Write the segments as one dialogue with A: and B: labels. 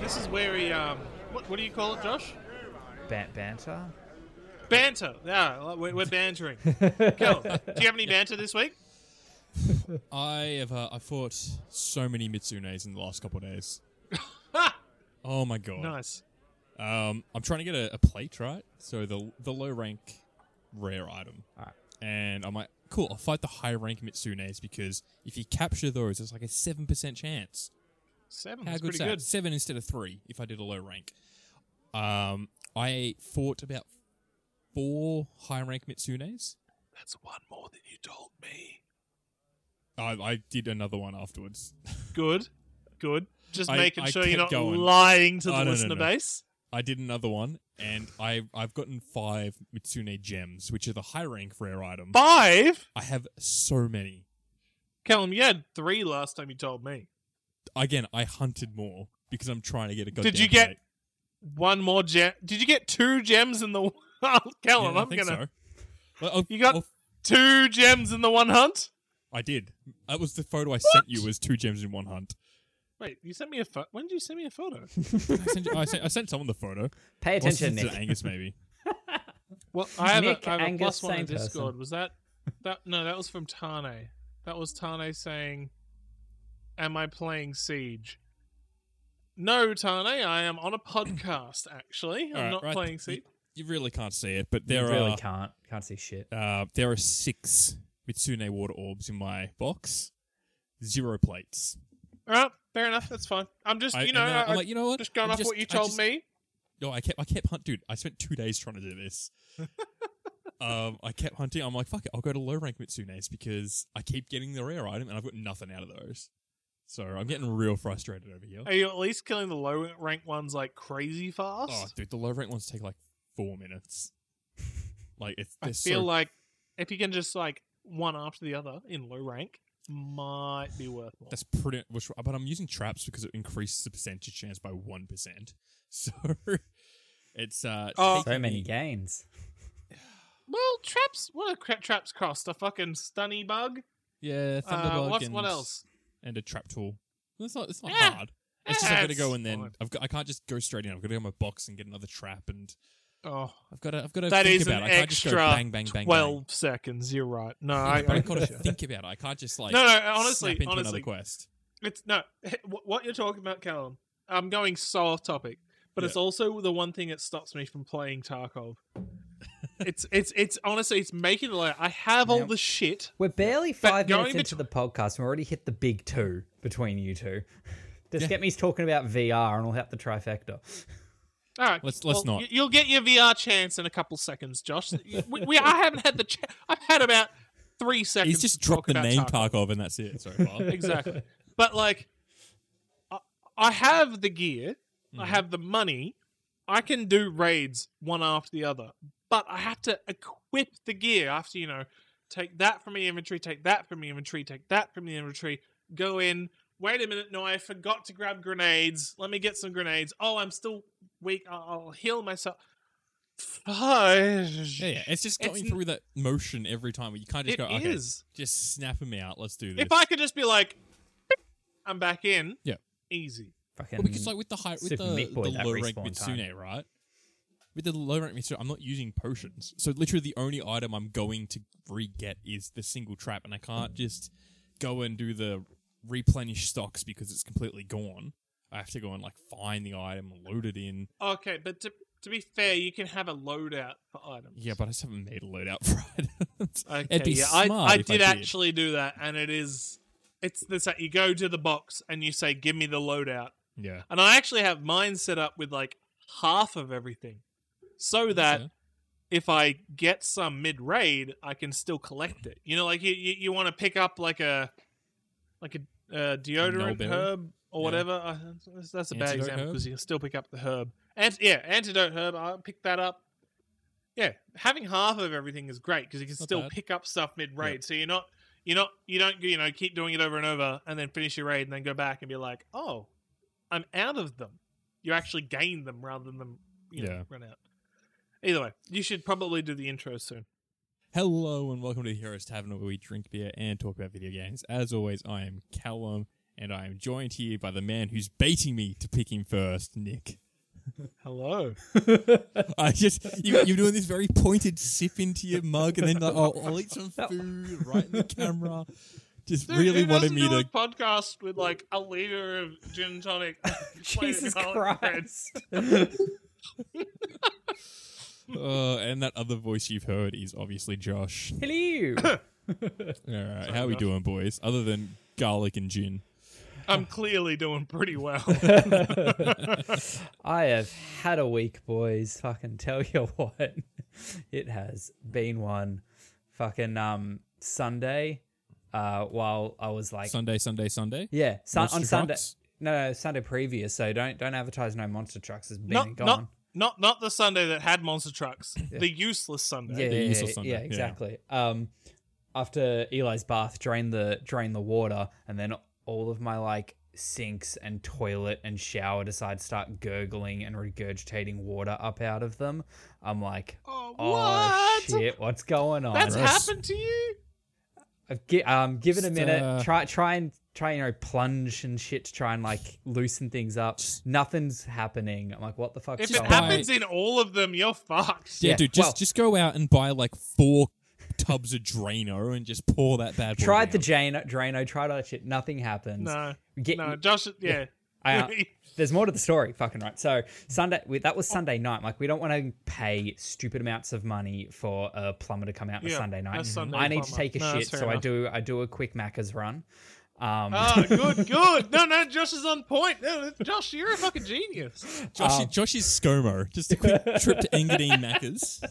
A: this is where he um, what, what do you call it, Josh?
B: Ban- banter.
A: Banter. Yeah, we're, we're bantering. Kel, do you have any banter this week?
C: I have uh, I fought so many Mitsunes in the last couple of days. oh my god!
A: Nice.
C: Um, I'm trying to get a, a plate, right? So the the low rank rare item,
B: Alright.
C: and I'm like, cool. I'll fight the high rank Mitsunes because if you capture those, it's like a seven percent chance.
A: Seven.
C: How
A: That's
C: good's
A: pretty
C: that?
A: good.
C: Seven instead of three. If I did a low rank, um, I fought about four high rank Mitsunes.
A: That's one more than you told me.
C: I, I did another one afterwards.
A: Good. Good. Just
C: I-
A: making
C: I
A: sure you're not
C: kept going.
A: lying to the
C: Oh, no, no,
A: listener
C: no.
A: base.
C: I did another one, and I I've gotten five Mitsune gems, which are the high rank rare item.
A: Five?
C: I have so many.
A: Callum, you had three last time you told me.
C: Again, I hunted more because I'm trying to get a.
A: Did
C: goddamn
A: you get-
C: plate.
A: One more gem. Did you get two gems in the.
C: Yeah,
A: Callum,
C: I
A: I'm
C: think
A: going to.
C: so. Well, I'll-
A: You got-
C: I'll-
A: Two gems in the one hunt?
C: I did. That was the photo I sent you. Was two gems in one hunt.
A: Wait, you sent me a photo. when did you send me a photo?
C: I sent, you, I sent, I sent someone the photo.
B: Pay
C: Or I sent
B: attention,
C: it to
B: Nick.
C: Angus maybe.
A: Well, I have,
B: Nick,
A: a, I have a
B: Angus,
A: plus one in
B: same person.
A: Discord. Was that that? No, that was from Tane. That was Tane saying, "Am I playing Siege?" No, Tane. I am on a podcast. Actually, I'm
C: All right,
A: not
C: right.
A: playing Siege.
C: You really can't see it, but there
B: you really
C: are
B: can't can't see shit.
C: uh, there are six Mitsune water orbs in my box. Zero plates.
A: All right, fair enough. That's fine. I'm just,
C: I,
A: you know,
C: and, uh,
A: I,
C: I'm like, you know what?
A: just going
C: I
A: off what you
C: I
A: told
C: just-
A: me.
C: No, I kept I kept hunt dude, I spent two days trying to do this. um I kept hunting. I'm like, fuck it, I'll go to low rank Mitsunes because I keep getting the rare item and I've got nothing out of those. So I'm getting real frustrated over here.
A: Are you at least killing the low rank ones like crazy fast?
C: Oh. Oh dude, the low rank ones take like four minutes. Like it's
A: I
C: they're
A: feel
C: so,
A: like if you can just like one after the other in low rank, might be worth more.
C: that's pretty which but I'm using traps because it increases the percentage chance by one percent. So it's uh
A: Oh.
C: taking
B: So many
C: me-
B: gains.
A: Well, traps. What do cra- traps cost? A fucking stunny bug.
C: Yeah,
A: Uh,
C: Thunderbug
A: what's,
C: and
A: what else?
C: and a trap tool. It's not. It's not
A: Yeah.
C: hard. It's just I've got to
A: It's
C: go and then
A: fine.
C: I've got, I can't just go straight in. I've got to go in my box and get another trap, and
A: Oh,
C: I've got to I've got to
A: that
C: think
A: is an
C: about it. I can't
A: extra
C: just go bang bang bang
A: twelve seconds. You're right. No,
C: Bang. Yeah,
A: I,
C: but
A: I-
C: I've got to think about it. I can't just like
A: No, no. Honestly,
C: snap into another
A: honestly,
C: quest.
A: it's no. wh- What you're talking about, Callum? I'm going so off topic, but it's
C: Yeah.
A: also the one thing that stops me from playing Tarkov. it's it's it's honestly it's making it like I have all
B: Now-
A: the shit.
B: We're barely
A: But
B: five
A: going
B: minutes into the podcast, and we already hit the big two between you two. Just get me talking about VR, and we'll hit the trifecta.
A: All right,
C: Let's- let's
A: well,
C: not.
A: y- You'll get your VR chance in a couple seconds, Josh. we, we I haven't had the. Cha- I've had about three seconds.
C: He's just
A: to talk
C: dropped the
A: about
C: name
A: Tarkov.
C: Tarkov, and that's it so far.
A: exactly. But like, I, I have the gear, I
C: Mhm.
A: have the money, I can do raids one after the other. But I have to equip the gear after you know, take that from the inventory, take that from the inventory, take that from the inventory. Go in. Wait a minute. No, I forgot to grab grenades. Let me get some grenades. Oh, I'm still weak. I'll, I'll heal myself.
C: Yeah, yeah. It's just
A: It's
C: going
A: n-
C: through that motion every time. You can't just
A: It
C: go. Okay,
A: is.
C: just snap him out. Let's do this.
A: If I could just be like, I'm back in.
C: Yeah.
A: Easy.
B: Fucking
C: Well, because like with the high, with the,
B: Super Meat Boy,
C: the
B: that
C: low rank
B: respawn
C: Mitsune,
B: time.
C: right? With the low rank Mitsune, I'm not using potions. So literally, the only item I'm going to re-get is the single trap, and I can't just go and do the replenish stocks because it's completely gone. I have to go and like find the item, load it in.
A: Okay, but to, to be fair, you can have a loadout for items.
C: Yeah, but I just haven't made a loadout for items.
A: Okay,
C: It'd be
A: yeah,
C: smart
A: I, I
C: if
A: did
C: I did.
A: actually do that, and it is. It's this that you go to the box and you say, "Give me the loadout,"
C: yeah,
A: and I actually have mine set up with like half of everything, so that
C: So,
A: if I get some mid raid, I can still collect it. You know, like you you, you want to pick up like a like a uh, deodorant
C: Melville.
A: herb or
C: Yeah.
A: whatever. Uh, that's, that's a bad
C: Antidote
A: example
C: herb?
A: because you can still pick up the herb. Ant- yeah, antidote herb. I pick that up. Yeah, having half of everything is great because you can
C: Not
A: still
C: bad.
A: pick up stuff mid raid. So you're not you're not you don't you know keep doing it over and over and then finish your raid and then go back and be like, oh, I'm out of them. You actually gain them rather than them you know,
C: Yeah.
A: run out. Either way, you should probably do the intro soon.
C: hello and welcome to the Heroes Tavern, where we drink beer and talk about video games. As always, I am Callum, and I am joined here by the man who's baiting me to pick him first, Nick.
A: Hello.
C: I just you, you're doing this very pointed sip into your mug, and then like, oh, I'll eat some food right in the camera. Just
A: Dude,
C: really
A: who
C: wanted
A: doesn't
C: me
A: do a
C: to.
A: podcast with like a liter of gin and tonic.
B: Jesus Christ.
C: Uh, and that other voice you've heard is obviously Josh.
B: Hello.
C: All right, how we doing, boys? Other than garlic and gin,
A: I'm clearly doing pretty well.
B: I have had a week, boys. Fucking tell you what, it has been one. Fucking um Sunday, uh, while I was like,
C: Sunday, Sunday, Sunday.
B: yeah, sun-
C: Monster
B: on Sunday.
C: Trucks?
B: No, no, Sunday previous. So don't don't advertise no monster trucks. It's been and
A: not,
B: gone.
A: not, not, not the Sunday that had monster trucks. The useless Sunday.
B: yeah,
C: the
B: yeah,
C: use of
B: yeah,
C: Sunday,
B: yeah,
C: yeah.
B: exactly. Um, after Eli's bath, drain the drain the water, and then all of my like sinks and toilet and shower decide to start gurgling and regurgitating water up out of them. I'm like,
A: Oh,
B: oh
A: what?
B: shit, what's going on?
A: That's
C: Gross.
A: happened to you?
B: I've gi- um, give it a
C: Just,
B: minute.
C: uh,
B: Try try and try you know plunge and shit to try and like loosen things up. Nothing's happening. I'm like, what the fuck's
A: If
B: going
A: it
B: on?
A: happens in all of them, you're fucked.
C: Yeah,
B: Yeah,
C: dude, just
B: well-
C: just go out and buy like four tubs of Drano and just pour that bad. boy
B: Tried the
C: down.
B: Jano, Drano, tried all that shit. Nothing happens.
A: No.
B: Get-
A: No, Josh, yeah.
B: I, uh, there's more to the story, fucking right. So
A: Mm.
B: Sunday, we, that was Sunday night. Like we don't want to pay stupid amounts of money for a plumber to come out on a
A: Yeah,
B: Sunday night.
A: a Sunday
B: I need to
A: plumber.
B: take a
A: No, that's
B: shit,
A: fair
B: so I
A: enough.
B: do I do a quick Macca's run. Um,
A: Ah, good, good. No, no, Josh is on point. No, Josh, you're a fucking genius.
C: Josh,
B: oh.
C: Josh is ScoMo. Just a quick trip to Engadine Macca's.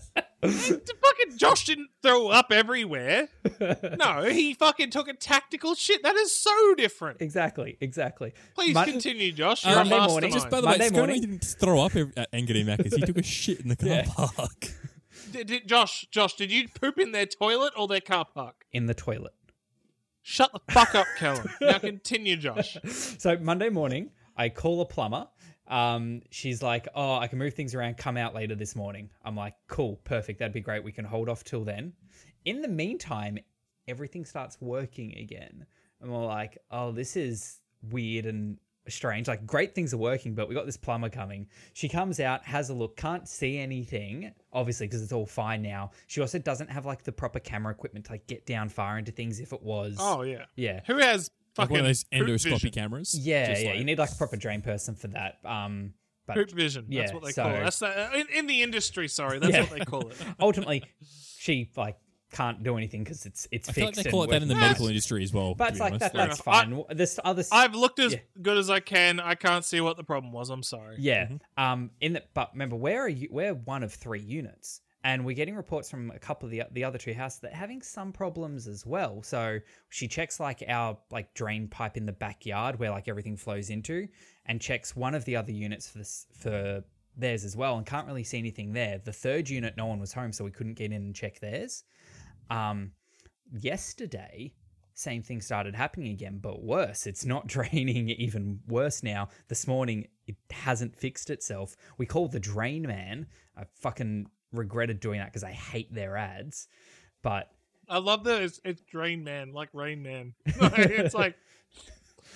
A: fucking Josh didn't throw up everywhere. No, he fucking took a tactical shit. That is so different.
B: exactly, exactly.
A: Please
B: Mon-
A: continue, Josh.
C: Uh,
A: You're a
B: Monday morning-
A: mastermind.
C: Just by the
B: Monday
C: way, ScoMo
B: morning.
C: didn't throw up ev- at Engadine Macca's. He took a shit in the car
B: Yeah.
C: park.
A: Did- did- Josh, Josh, did you poop in their toilet or their car park?
B: in the toilet.
A: Shut the fuck up, Callum. Now continue, Josh.
B: So Monday morning, I call a plumber. Um, she's like, "Oh, I can move things around. Come out later this morning." I'm like, "Cool, perfect. That'd be great. We can hold off till then." In the meantime, everything starts working again, and we're like, "Oh, this is weird and strange. Like, great things are working, but we got this plumber coming." She comes out, has a look, can't see anything, obviously because it's all fine now. She also doesn't have like the proper camera equipment to like get down far into things if it was.
A: Oh yeah.
B: yeah.
A: Who has
C: Like
A: fucking
C: one of those
A: poop
C: endoscopy
A: vision?
C: cameras.
B: Yeah,
C: Just
B: yeah.
C: like-
B: you need like a proper drain person for that. Um, but
A: Poop vision. That's
B: Yeah,
A: what they
B: so-
A: call it. That's the, uh, in, in the industry. Sorry, that's
B: Yeah.
A: what they call it.
B: ultimately, she like can't do anything because it's it's
C: I feel like
B: fixed.
C: they
B: and
C: call it that in the
B: working.
C: medical industry as well.
B: But
C: to
B: it's
C: be
B: like that.
C: honest.
B: That's
A: enough. I-
B: fine. This other. s-
A: I've looked as
B: Yeah.
A: good as I can. I can't see what the problem was. I'm sorry.
B: yeah. Um. In the but remember we're a, u- we're one of three units, and we're getting reports from a couple of the the other two houses that are having some problems as well. So she checks like our like drain pipe in the backyard where like everything flows into, and checks one of the other units for this for theirs as well, and can't really see anything there. The third unit, no one was home, so we couldn't get in and check theirs. Um, yesterday, same thing started happening again, but worse. It's not draining even worse now. This morning, it hasn't fixed itself. We called the drain man. I fucking regretted doing that because I hate their ads, but
A: I love that it's, it's Rain Man, like Rain Man. it's like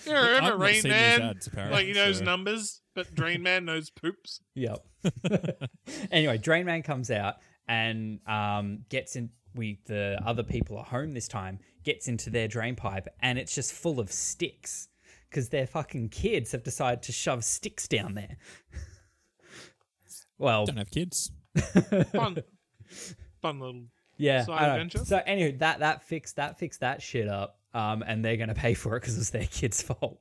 A: you know,
C: I've
A: remember
C: not
A: Rain
C: seen these
A: Man?
C: ads, apparently,
A: Like he knows
C: so-
A: numbers, but Drain Man knows poops.
B: Yep. anyway, Drain Man comes out and um, gets in. We the other people at home this time gets into their drain pipe and it's just full of sticks because their fucking kids have decided to shove sticks down there. well,
C: Don't have kids.
A: Fun, fun little.
B: yeah.
A: Side
B: I know.
A: adventure?
B: So anyway, that that fixed that fixed that shit up, um, and they're gonna pay for it because it's their kid's fault.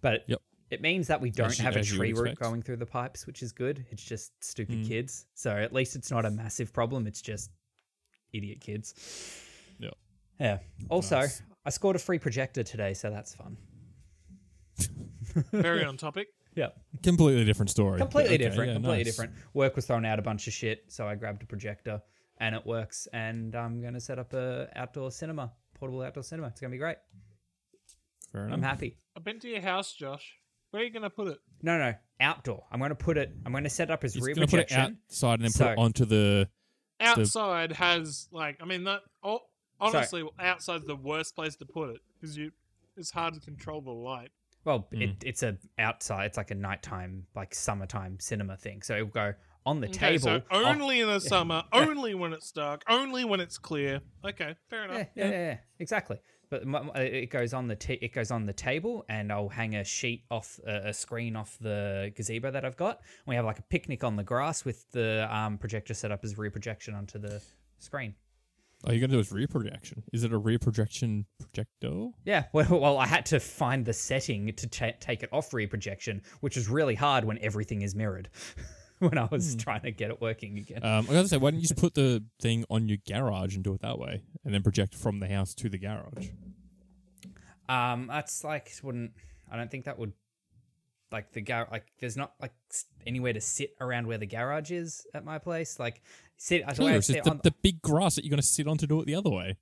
B: But
C: Yep.
B: it means that we don't
C: you-
B: have a
C: as you would
B: tree root
C: expect. Mm.
B: going through the pipes, which is good. It's just stupid kids. So at least it's not a massive problem. It's just idiot kids.
C: Yeah.
B: Yeah. Also,
C: Nice.
B: I scored a free projector today, so that's fun.
A: Very on topic.
B: Yeah.
C: Completely different story.
B: Completely
C: Okay,
B: different.
C: yeah,
B: completely
C: nice.
B: different. Work was throwing out a bunch of shit, so I grabbed a projector and it works. And I'm gonna set up a outdoor cinema, portable outdoor cinema. It's gonna be great.
C: Fair
B: I'm
C: enough.
B: happy.
A: I've been to your house, Josh. Where are you gonna put it?
B: No, no, outdoor. I'm gonna put it. I'm gonna set it up as
C: He's
B: rear
C: gonna put it
B: projection.
C: outside and then put
B: So-
C: it onto the.
A: Outside has like I mean that. Oh,
B: Sorry.
A: honestly, outside's the worst place to put it because you it's hard to control the light.
B: Well,
C: Mm.
B: it, it's a outside. It's like a nighttime, like summertime cinema thing. So it will go on the
A: Okay,
B: table.
A: so
B: oh,
A: only in the summer, only when it's dark, only when it's clear. Okay, fair enough.
B: yeah, yeah, yeah, yeah, exactly. But m- m- it goes on the t- it goes on the table, and I'll hang a sheet off uh, a screen off the gazebo that I've got. We have like a picnic on the grass with the um, projector set up as rear projection onto the screen.
C: Are you going to do is rear projection? Is it a rear projection projector?
B: Yeah, well, well, I had to find the setting to ta take it off reprojection, which is really hard when everything is mirrored. when I
C: Hmm.
B: was trying to get it working again.
C: Um, I gotta say, why don't you just put the thing on your garage and do it that way, and then project from the house to the garage?
B: Um, that's like wouldn't. I don't think that would. Like the gar like there's not like s- anywhere to sit around where the garage is at my place. Like sit. I
C: Clear,
B: swear I
C: it's just
B: sit
C: the,
B: on,
C: the big grass that you're gonna sit on to do it the other way.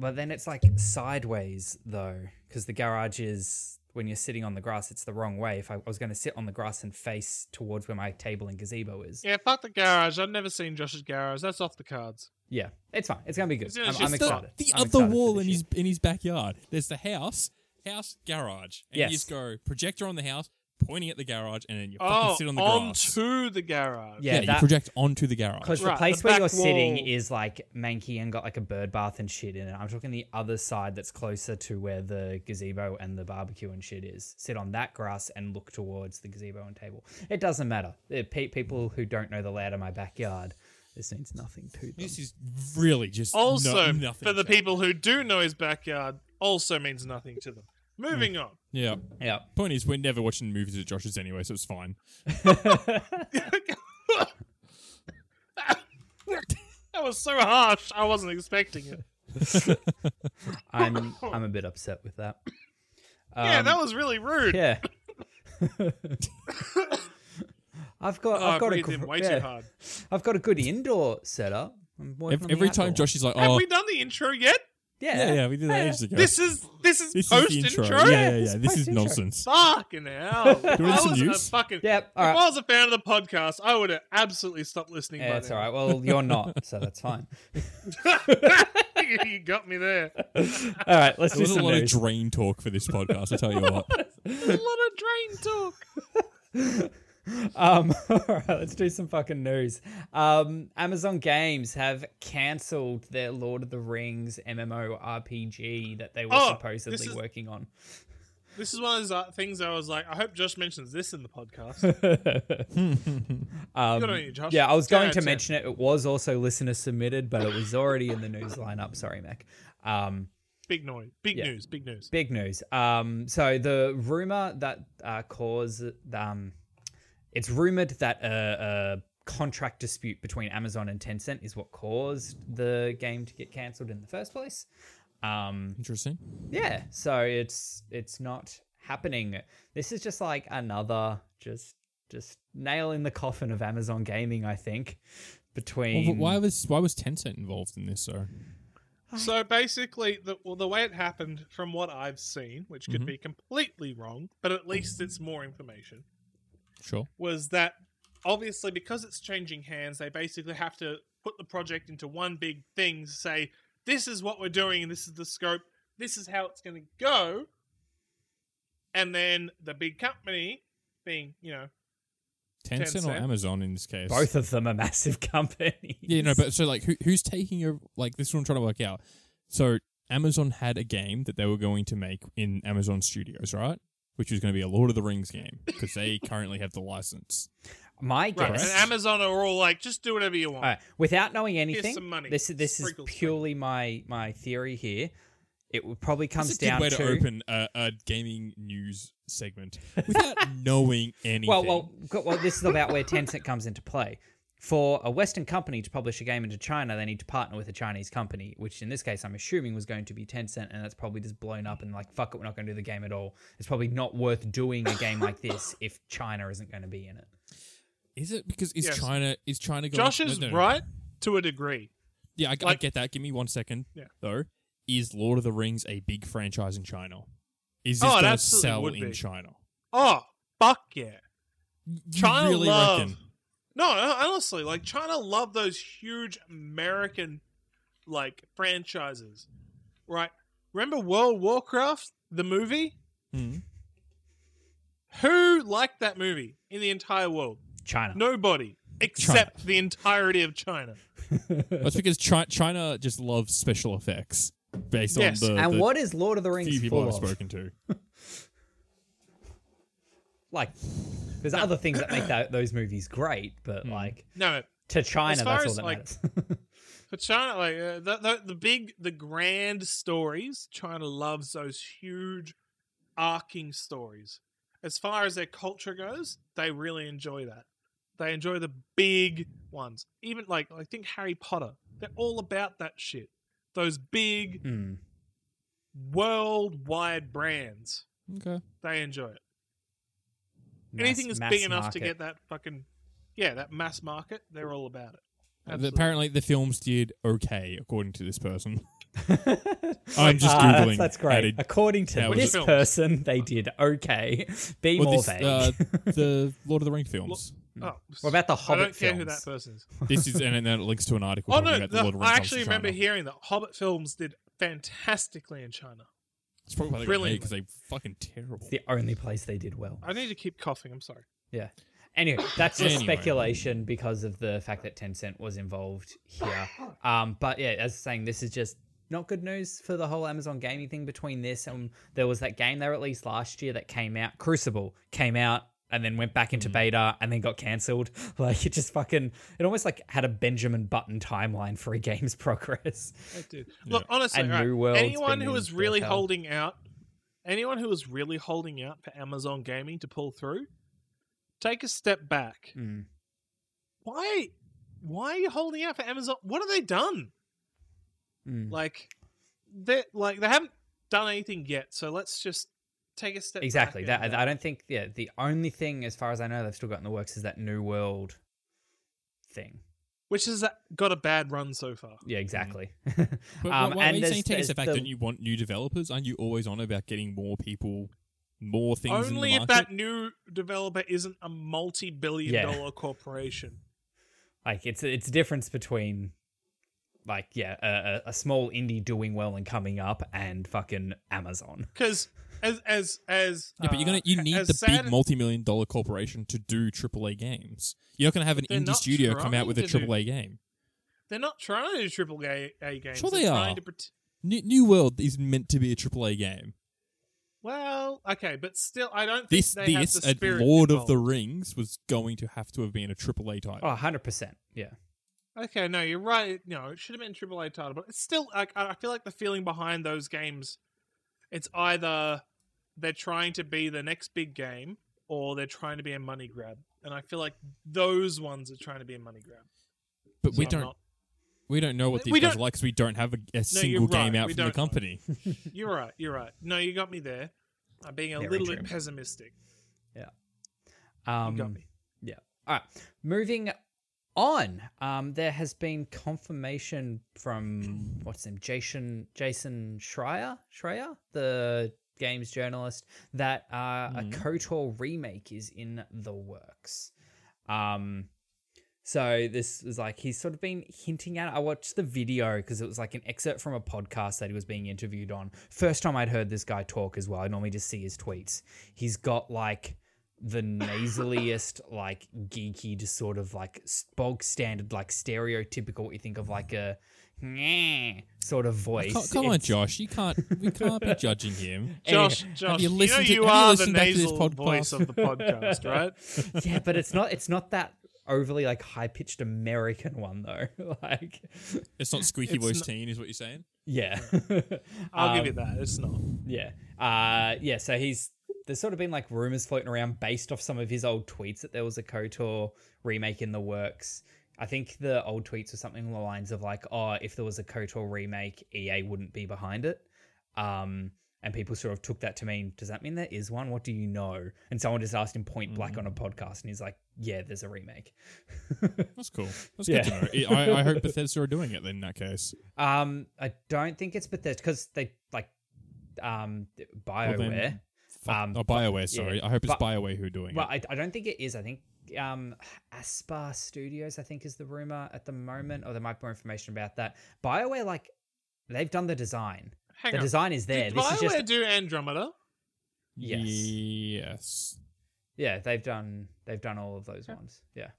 B: But then it's like sideways though, because the garage is when you're sitting on the grass, it's the wrong way. If I, I was going to sit on the grass and face towards where my table and gazebo is,
A: Yeah, fuck the garage. I've never seen Josh's garage. That's off the cards.
B: Yeah, it's fine. It's gonna be good.
A: It's- it's
B: I'm,
A: just
B: I'm
A: the-
B: excited.
C: The
B: I'm
C: other
B: excited for
C: wall
B: this
C: in
B: year.
C: his in his backyard. There's the house, house, garage, and
B: Yes.
C: you just go projector on the house, pointing at the garage, and then you
A: Oh,
C: fucking sit on the grass.
A: onto the garage.
B: Yeah,
C: you
B: that-
C: project onto the garage.
B: because
A: Right,
B: the place
A: the
B: where
A: back
B: you're sitting
A: wall.
B: is like manky and got like a bird bath and shit in it. I'm talking the other side that's closer to where the gazebo and the barbecue and shit is. Sit on that grass and look towards the gazebo and table. It doesn't matter. Uh, pe- people who don't know the layout of my backyard, this means nothing to them.
C: This is really just no-
A: Also,
C: nothing
A: for the
C: to-
A: people who do know his backyard, also means nothing to them. Moving
C: Mm.
A: on.
C: Yeah.
B: Yeah.
C: Point is, we're never watching movies at Josh's anyway, so it's fine.
A: That was so harsh. I wasn't expecting it.
B: I'm I'm a bit upset with that.
A: Yeah,
B: Um,
A: that was really rude.
B: Yeah. I've got
A: Oh, I
B: I've got a
A: breathed in
B: gr-
A: way
B: yeah.
A: too hard.
B: I've got a good indoor setup. I'm working
C: Ev-
B: on the
C: Every
B: outdoor
C: time
B: one.
C: Josh is like,
A: Have
C: "Oh,
A: we done the intro yet?
B: yeah,
C: yeah, yeah, we did that ages ago."
A: This is this is
C: This
A: post
C: is the
A: intro.
C: intro. Yeah, yeah,
B: it's
C: yeah. This is
B: post-intro.
C: nonsense.
A: Fucking hell. If
C: we do
A: I
C: some
A: was
C: news?
A: a fucking
B: Yep, all
A: If
B: right.
A: I was a fan of the podcast, I would have absolutely stopped listening.
B: Yeah,
A: by
B: that's all
A: now.
B: right. Well, you're not, so that's fine.
A: you got me there. A
B: All right, let's
C: There
B: do
C: was a
B: some
C: lot
B: news.
C: of drain talk for this podcast. I tell you what.
A: lot of drain talk.
B: um, all right, let's do some fucking news. Um, Amazon Games have cancelled their Lord of the Rings MMORPG that they were
A: Oh,
B: supposedly
A: this is-
B: working on.
A: This is one of those uh, things I was like, I hope Josh mentions this in the podcast.
B: Um,
A: Good on you, Josh.
B: Yeah, I was
A: Ten
B: going
A: out
B: to
A: of ten.
B: mention it. It was also listener submitted, but it was already in the news lineup. Sorry, Mac. Um,
A: Big noise. Big
B: Yeah.
A: news. Big news.
B: big news. Um, so the rumor that uh, caused um, it's rumored that a, a contract dispute between Amazon and Tencent is what caused the game to get cancelled in the first place. Um,
C: Interesting.
B: yeah, so it's it's not happening. This is just like another just just nail in the coffin of Amazon gaming. I think between
C: Well, why was why was Tencent involved in this? So
A: So basically, the well, the way it happened, from what I've seen, which
B: Mm-hmm.
A: could be completely wrong, but at least it's more information,
C: sure.
A: was that obviously because it's changing hands, they basically have to put the project into one big thing. Say this is what we're doing, and this is the scope. This is how it's going to go. And then the big company, being you know,
C: Tencent, or
A: Tencent.
C: Amazon in this case?
B: both of them are massive companies.
C: Yeah, no, but so like who, who's taking over? Like this is what I'm trying to work out. So Amazon had a game that they were going to make in Amazon Studios, right? Which was going to be a Lord of the Rings game because they currently have the license.
B: my
A: right?
B: guess.
A: And Amazon are all like, just do whatever you want.
B: All right. Without knowing anything,
A: Oh. some money.
B: this this is
A: Sprinkle,
B: purely my my theory here. It would probably comes
C: That's a good
B: down
C: way to,
B: to
C: open a, a gaming news segment without knowing anything.
B: well, well, go- well. This is about where Tencent comes into play. For a Western company to publish a game into China, they need to partner with a Chinese company, which in this case I'm assuming was going to be Tencent, and that's probably just blown up and like, fuck it, we're not going to do the game at all. It's probably not worth doing a game like this if China isn't going to be in it.
C: is it because is
A: Yes.
C: China is China going?
A: Josh
C: no,
A: is
C: no, no.
A: right to a degree.
C: Yeah, I, I
A: Like-
C: get that. Give me one second.
A: Yeah.
C: Though, is Lord of the Rings a big franchise in China? Is
A: Oh, it
C: this going to
A: absolutely
C: sell
A: would
C: in
A: be.
C: China?
A: Oh fuck yeah!
C: You
A: China
C: really
A: love.
C: reckon?
A: No, no, honestly, like China love those huge American like franchises, right? Remember World of Warcraft, the movie?
C: Hmm.
A: liked that movie in the entire world?
B: China.
A: Nobody except the entirety of China.
C: That's because China, China just loves special effects based
A: Yes.
C: on the,
B: and
C: Uh, the
B: what is Lord of the Rings
C: few people
B: full
C: I've
B: of?
C: spoken to.
B: Like, there's other things that make that, those movies great, but
A: Hmm.
B: like
A: No,
B: to China,
A: far
B: that's all
A: as,
B: that
A: like-
B: matters.
A: for China, like uh, the, the the big, the grand stories, China loves those huge, arcing stories. As far as their culture goes, they really enjoy that. They enjoy the big ones. Even like I think Harry Potter, they're all about that shit. Those big
B: Hmm.
A: worldwide brands,
C: Okay.
A: they enjoy it.
B: Mass-
A: Anything that's
B: mass
A: big enough to
B: market.
A: get that fucking yeah, that mass market, they're all about it. Absolutely.
C: Apparently, the films did okay, according to this person. I'm just
B: Ah,
C: googling.
B: that's, that's great.
C: added-
B: According to
C: Yeah,
A: was
B: this
A: it-
B: person, they did okay. Be
C: well,
B: more
C: this,
B: vague.
C: uh, the Lord of the Ring films.
A: Oh,
B: what about the
A: I
B: Hobbit
A: don't care who
B: films?
A: that person is.
C: this is, and then it links to an article.
A: Oh
C: talking
A: no,
C: about
A: the-
C: the Lord of the Rings
A: I
C: films
A: actually
C: in
A: remember
C: China.
A: hearing that Hobbit films did fantastically in China.
C: It's probably
A: Brilliant.
C: because they fucking terrible.
B: It's the only place they did well.
A: I need to keep coughing. I'm sorry.
B: Yeah. Anyway, that's just
C: Anyway.
B: speculation because of the fact that Tencent was involved here. Um, but yeah, as saying, this is just not good news for the whole Amazon gaming thing. Between this and there was that game they released last year that came out, Crucible came out and then went back
A: Mm.
B: into beta and then got cancelled. Like it just fucking, it almost like had a Benjamin Button timeline for a game's progress.
A: That did. Look, honestly,
B: And
A: all right,
B: New World's
A: anyone
B: been
A: who
B: in
A: was
B: their
A: really
B: power.
A: holding out, anyone who was really holding out for Amazon Gaming to pull through, take a step back.
B: Mm.
A: Why? Why are you holding out for Amazon? What have they done?
B: Mm.
A: Like, they like they haven't done anything yet. So let's just take a step. back
B: Exactly.
A: and,
B: That
A: uh,
B: I don't think. Yeah, the only thing, as far as I know, they've still got in the works is that New World thing.
A: which has uh, got a bad run so far.
B: Yeah, exactly.
C: But
B: Um,
C: why- why are
B: and
C: you saying
B: there's-
C: take us the
B: there's
C: fact
B: the-
C: that you want new developers? Aren't you always on about getting more people, more things in the
A: Only if
C: market?
A: that new developer isn't a multi-billion
B: Yeah.
A: dollar corporation.
B: like it's it's a difference between like yeah a, a, a small indie doing well and coming up and fucking Amazon.
A: Because as as as
C: Yeah, but you're gonna
A: uh,
C: you need
A: as
C: the
A: sad-
C: big multi-million dollar corporation to do AAA games. You're not gonna have an
A: they're
C: indie
A: not
C: studio come out
A: trying
C: with a
A: to do-
C: AAA game.
A: They're not trying to do triple A, A games.
C: Sure
A: They're
C: they
A: trying
C: are.
A: To pret-
C: New, New World is meant to be a AAA game.
A: well, okay, but still, I don't think
C: This
A: they have
C: this
A: the
C: at
A: spirit
C: Lord of the
A: involved.
C: Rings was going to have to have been a AAA title.
B: Oh, 100%. Yeah.
A: Okay, no, you're right. No, it should have been triple A title, but it's still like I I feel like the feeling behind those games. It's either they're trying to be the next big game, or they're trying to be a money grab, and I feel like those ones are trying to be a money grab.
C: but
A: So
C: we
A: I'm
C: don't
A: not-
C: we don't know what
A: We
C: these guys
A: don't-
C: are like because we don't have a, a single
A: you're right,
C: game out
A: we
C: from the
A: don't know.
C: company.
A: You're right. You're right. No, you got me there. I'm being a
B: Very
A: little
B: true.
A: bit pessimistic. You
B: Um
A: got me.
B: yeah. All right. Moving on. Um there has been confirmation from what's his name Jason Jason Schreier, Schreier, the games journalist that uh,
C: Mhm.
B: a KOTOR remake is in the works. Um So this was like he's sort of been hinting at. it. I watched the video because it was like an excerpt from a podcast that he was being interviewed on. First time I'd heard this guy talk as well. I normally just see his tweets. He's got like the nasaliest, like geeky, just sort of like s- bog standard, like stereotypical. What you think of like a "Nyeh" sort of voice.
C: Come, come on,
B: It's-
C: Josh, you can't we can't be judging him.
B: Anyway,
A: Josh, Josh,
C: you
A: you, know
C: listened to-
A: you
C: have you
A: are the
C: listened back to this
A: nasal
C: podcast?
A: voice of the podcast, right?
B: yeah, but it's not. It's not that overly like high pitched American one though. like,
C: It's not squeaky
A: It's
C: voice
A: not-
C: teen, is what you're saying.
B: yeah.
A: I'll
B: Um,
A: give you that. It's not.
B: Yeah. Uh yeah, so he's there's sort of been like rumors floating around based off some of his old tweets that there was a KOTOR remake in the works. I think the old tweets were something along the lines of like, oh, if there was a KOTOR remake, EA wouldn't be behind it. Um and people sort of took that to mean, does that mean there is one? What do you know? And someone just asked him point blank on a podcast, and he's like, "Yeah, there's a remake."
C: That's cool. That's
B: Yeah.
C: good to know. I, I hope Bethesda are doing it then in that case.
B: Um, I don't think it's Bethesda because they like, um, Bioware.
C: then Fuck,
B: Um,
C: oh, Bioware, sorry. I hope it's
B: but-
C: Bioware who are doing
B: Well,
C: it.
B: I, I don't think it is. I think um, Aspar Studios, I think, is the rumor at the moment, or there might be more information about that. Bioware, like, they've done the design.
A: Hang
B: the
A: on.
B: design is there.
A: Did
B: this
A: Bioware
B: is just
A: do Andromeda?
B: yes.
C: Yes.
B: Yeah, they've done they've done all of those ones. Yeah.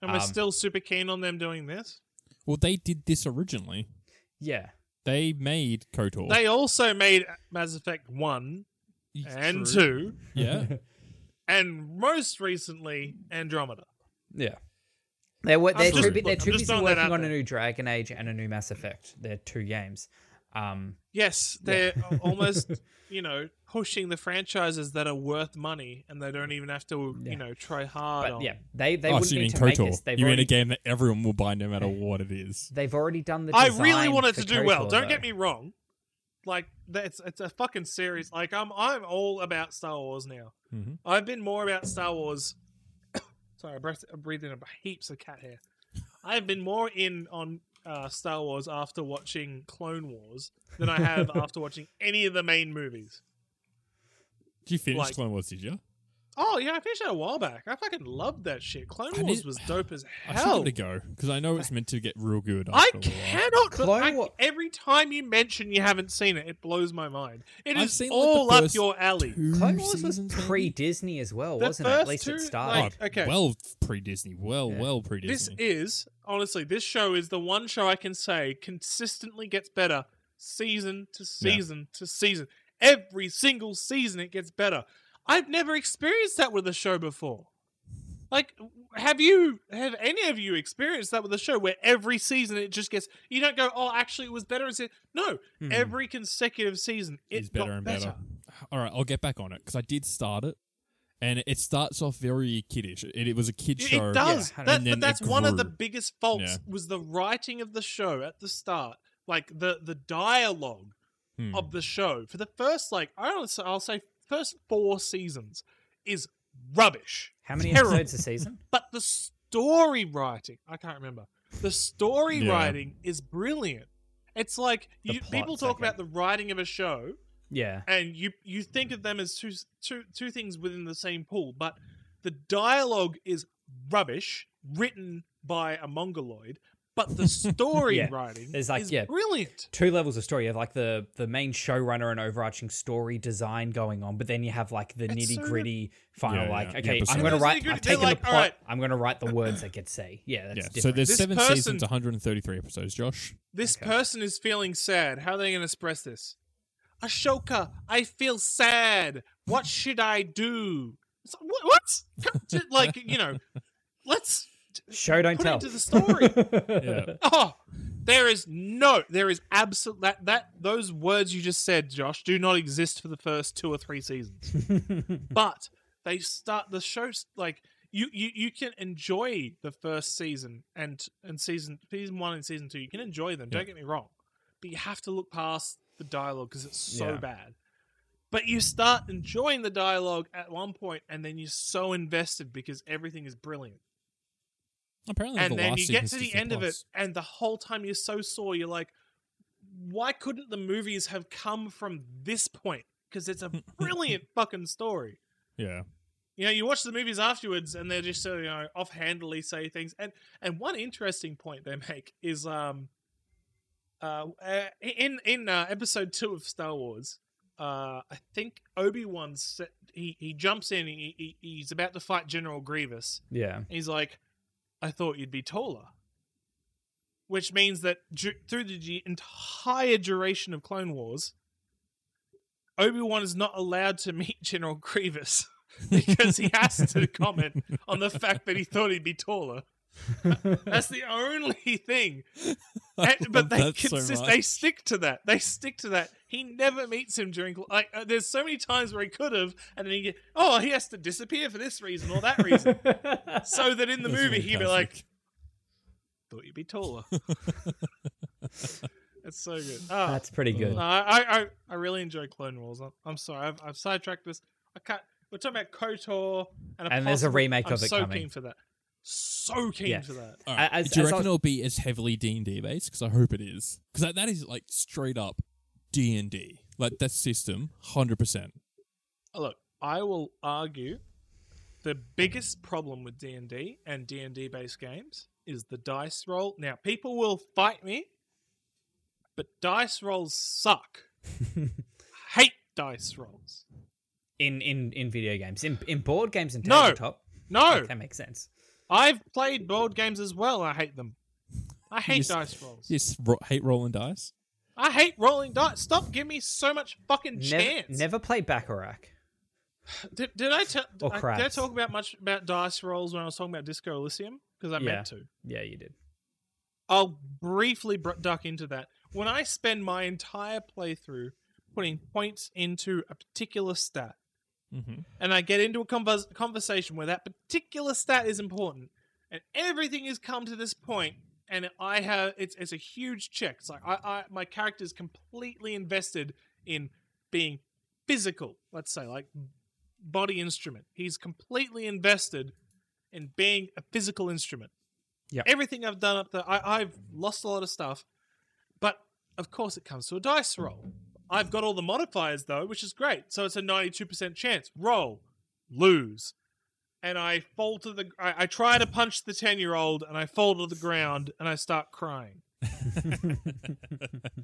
A: And we're
B: Um,
A: still super keen on them doing this.
C: Well, they did this originally.
B: Yeah.
C: They made KOTOR.
A: They also made Mass Effect 1 and 2,
C: Yeah.
A: and most recently, Andromeda.
B: Yeah. They were they're
A: just-
B: too, bu-
A: look,
B: they're
A: I'm
B: too
A: just
B: busy
A: throwing that
B: working
A: out
B: on a
A: there.
B: new Dragon Age and a new Mass Effect. They're two games. Um
A: Yes, they're al- almost, you know, pushing the franchises that are worth money and they don't even have to,
B: Yeah.
A: you know, try hard
B: but
A: on.
B: yeah, they they
C: oh,
B: wouldn't
C: so you
B: need
C: mean
B: to make
C: KOTOR.
B: this. They've
C: you mean
B: already,
C: a game that everyone will buy no matter what it is.
B: they've already done the
A: I really
B: design
A: want it
B: for
A: to do well.
B: KOTOR,
A: Don't
B: though.
A: get me wrong. Like that's it's a fucking series. Like I'm I'm all about Star Wars now.
C: Mhm.
A: I've been more about Star Wars. Sorry, I breath, I breathed in heaps of cat hair. I've been more in on uh, Star Wars after watching Clone Wars than I have after watching any of the main movies.
C: Did you finish
A: Like-
C: Clone Wars? Did you?
A: Oh yeah, I finished that a while back. I fucking loved that shit. Clone
C: I
A: Wars
C: did-
A: was dope as
C: I should
A: hell.
C: give it a go because I know it's meant to get real good. After
A: I
C: a while.
A: cannot. but
B: Clone
A: I-
B: Wa-
A: every time you mention you haven't seen it, it blows my mind. It
C: I've
A: is
C: seen, like, the
A: all up
C: first
A: your alley.
C: Two
B: Clone Wars was
C: seasons, maybe?
B: pre Disney as well,
A: The
B: wasn't it? At
A: first
B: least
A: two,
B: it started.
C: Oh,
A: like- okay.
C: Well, pre Disney. Well,
B: Yeah.
C: well, pre
A: This
C: Disney.
A: is honestly, this show is the one show I can say consistently gets better season to season to season. Every single season, it gets better. I've never experienced that with a show before. Like, have you? Have any of you experienced that with a show where every season it just gets? You don't go, oh, actually, it was better. It's no,
B: Mhm.
A: every consecutive season it
C: is Hmm. better
A: got
C: and better. All right, I'll get back on it because I did start it, and it starts off very kiddish. It, it was a kid
A: It-
C: show.
A: It does.
B: Yeah,
A: That-
C: and then
A: but
C: it
A: that's one of the
C: grew.
A: biggest faults
C: Yeah.
A: was the writing of the show at the start, like the the dialogue
C: Hmm.
A: of the show for the first like I don't say, I'll say first four seasons is rubbish.
B: How many
A: Terrible.
B: episodes a season?
A: But the story writing, I can't remember. The story
C: Yeah.
A: writing is brilliant. It's like
B: The
A: you, people
B: plots,
A: talk
B: I
A: about the writing of a show,
B: Yeah.
A: and you you think of them as two two two things within the same pool, but the dialogue is rubbish written by a mongoloid, but the story
B: Yeah.
A: writing
B: There's like-
A: is
B: yeah.
A: brilliant.
B: two levels of story. You have like the the main showrunner and overarching story design going on, but then you have like the
A: It's so
B: nitty gritty final.
C: Yeah, yeah,
B: like,
C: the
B: okay,
C: episode.
B: I'm gonna
A: Those
B: write.
A: nitty-gritty,
B: I've
A: they're
B: taken
A: like,
B: the plot.
A: alright.
B: I'm gonna write the words I could say. Yeah, that's
C: Yeah.
B: different.
C: So there's
A: This
C: seven seasons,
A: person-
C: 133 episodes. Josh,
A: This
B: Okay.
A: person is feeling sad. How are they going to express this? Ashoka, I feel sad. What should I do? It's like, What? what? Just Like you know, let's
B: Show don't
A: put
B: tell.
A: it into the story.
C: Yeah.
A: Oh, there is no, there is absolute that that those words you just said, Josh, do not exist for the first two or three seasons. but they start the show's like you you you can enjoy the first season and and season season one and season two. You can enjoy them. Don't get me wrong, but you have to look past the dialogue because it's so
B: Yeah.
A: bad. But you start enjoying the dialogue at one point, and then you're so invested because everything is brilliant
C: apparently,
A: and
C: the
A: then
C: last
A: you get
C: season's
A: to the
C: Disney
A: end of it,
C: Plus.
A: and the whole time you're so sore, you're like, why couldn't the movies have come from this point? Because it's a brilliant fucking story.
C: Yeah,
A: You know, you watch the movies afterwards, and they're just so you know offhandedly say things. And and one interesting point they make is um, uh, uh, in in uh, episode two of Star Wars, uh, I think Obi Wan he he jumps in, he, he he's about to fight General Grievous,
B: yeah.
A: He's like, I thought you'd be taller. Which means that du- through the g- entire duration of Clone Wars, Obi Wan is not allowed to meet General Grievous because he has to comment on the fact that he thought he'd be taller. That's the only thing.
C: I
A: And- but
C: love
A: they
C: that so
A: consist,
C: much.
A: they stick to that. They stick to that. He never meets him during. Like, uh, there's so many times where he could have, and then he get, oh, he has to disappear for this reason or that reason so that in the
C: That's
A: movie he'd be like,
C: fantastic.
A: "Thought you'd be taller." That's so good. Ah,
B: That's pretty good.
A: no, I, I- I I really enjoy Clone Wars. I'm, I'm sorry, I've, I've sidetracked this. I can't. We're talking about Kotor, and,
B: And there's a
A: possible-
B: remake
A: I'm
B: of it
A: so
B: coming.
A: keen for that. So keen
B: Yeah.
A: for that.
C: All right.
B: As-
C: Do you
B: as I
C: reckon
B: was-
C: it'll be as heavily D and D based? Because I hope it is. Because that, that is like straight up D and D. Like that system, hundred percent.
A: Oh, Look, I will argue the biggest problem with D&D and D&D based games is the dice roll. Now, people will fight me, but dice rolls suck. Hate dice rolls.
B: in in in video games, in in board games and
A: No.
B: tabletop.
A: No,
B: that makes sense.
A: I've played board games as well. I hate them. I hate
C: just-
A: dice rolls.
C: Yes, ro- hate rolling dice.
A: I hate rolling dice. Stop giving me so much fucking
B: Never,
A: chance.
B: never play Bacharach.
A: Did, did I tell?
B: Or
A: I- Did I
B: craps.
A: talk about much about dice rolls when I was talking about Disco Elysium? Because I
B: Yeah.
A: meant to.
B: Yeah, you did.
A: I'll briefly br- duck into that. When I spend my entire playthrough putting points into a particular stat,
C: Mm-hmm.
A: and I get into a convers- conversation where that particular stat is important, and everything has come to this point, and I have it's it's a huge check. It's like I, I my character's completely invested in being physical. Let's say like body instrument. He's completely invested in being a physical instrument.
B: Yep.
A: everything I've done up there, I, I've lost a lot of stuff, but of course it comes to a dice roll. I've got all the modifiers though, which is great. So it's a 92% chance. Roll, lose. And I fall to the I, I try to punch the 10-year-old and I fall to the ground and I start crying. and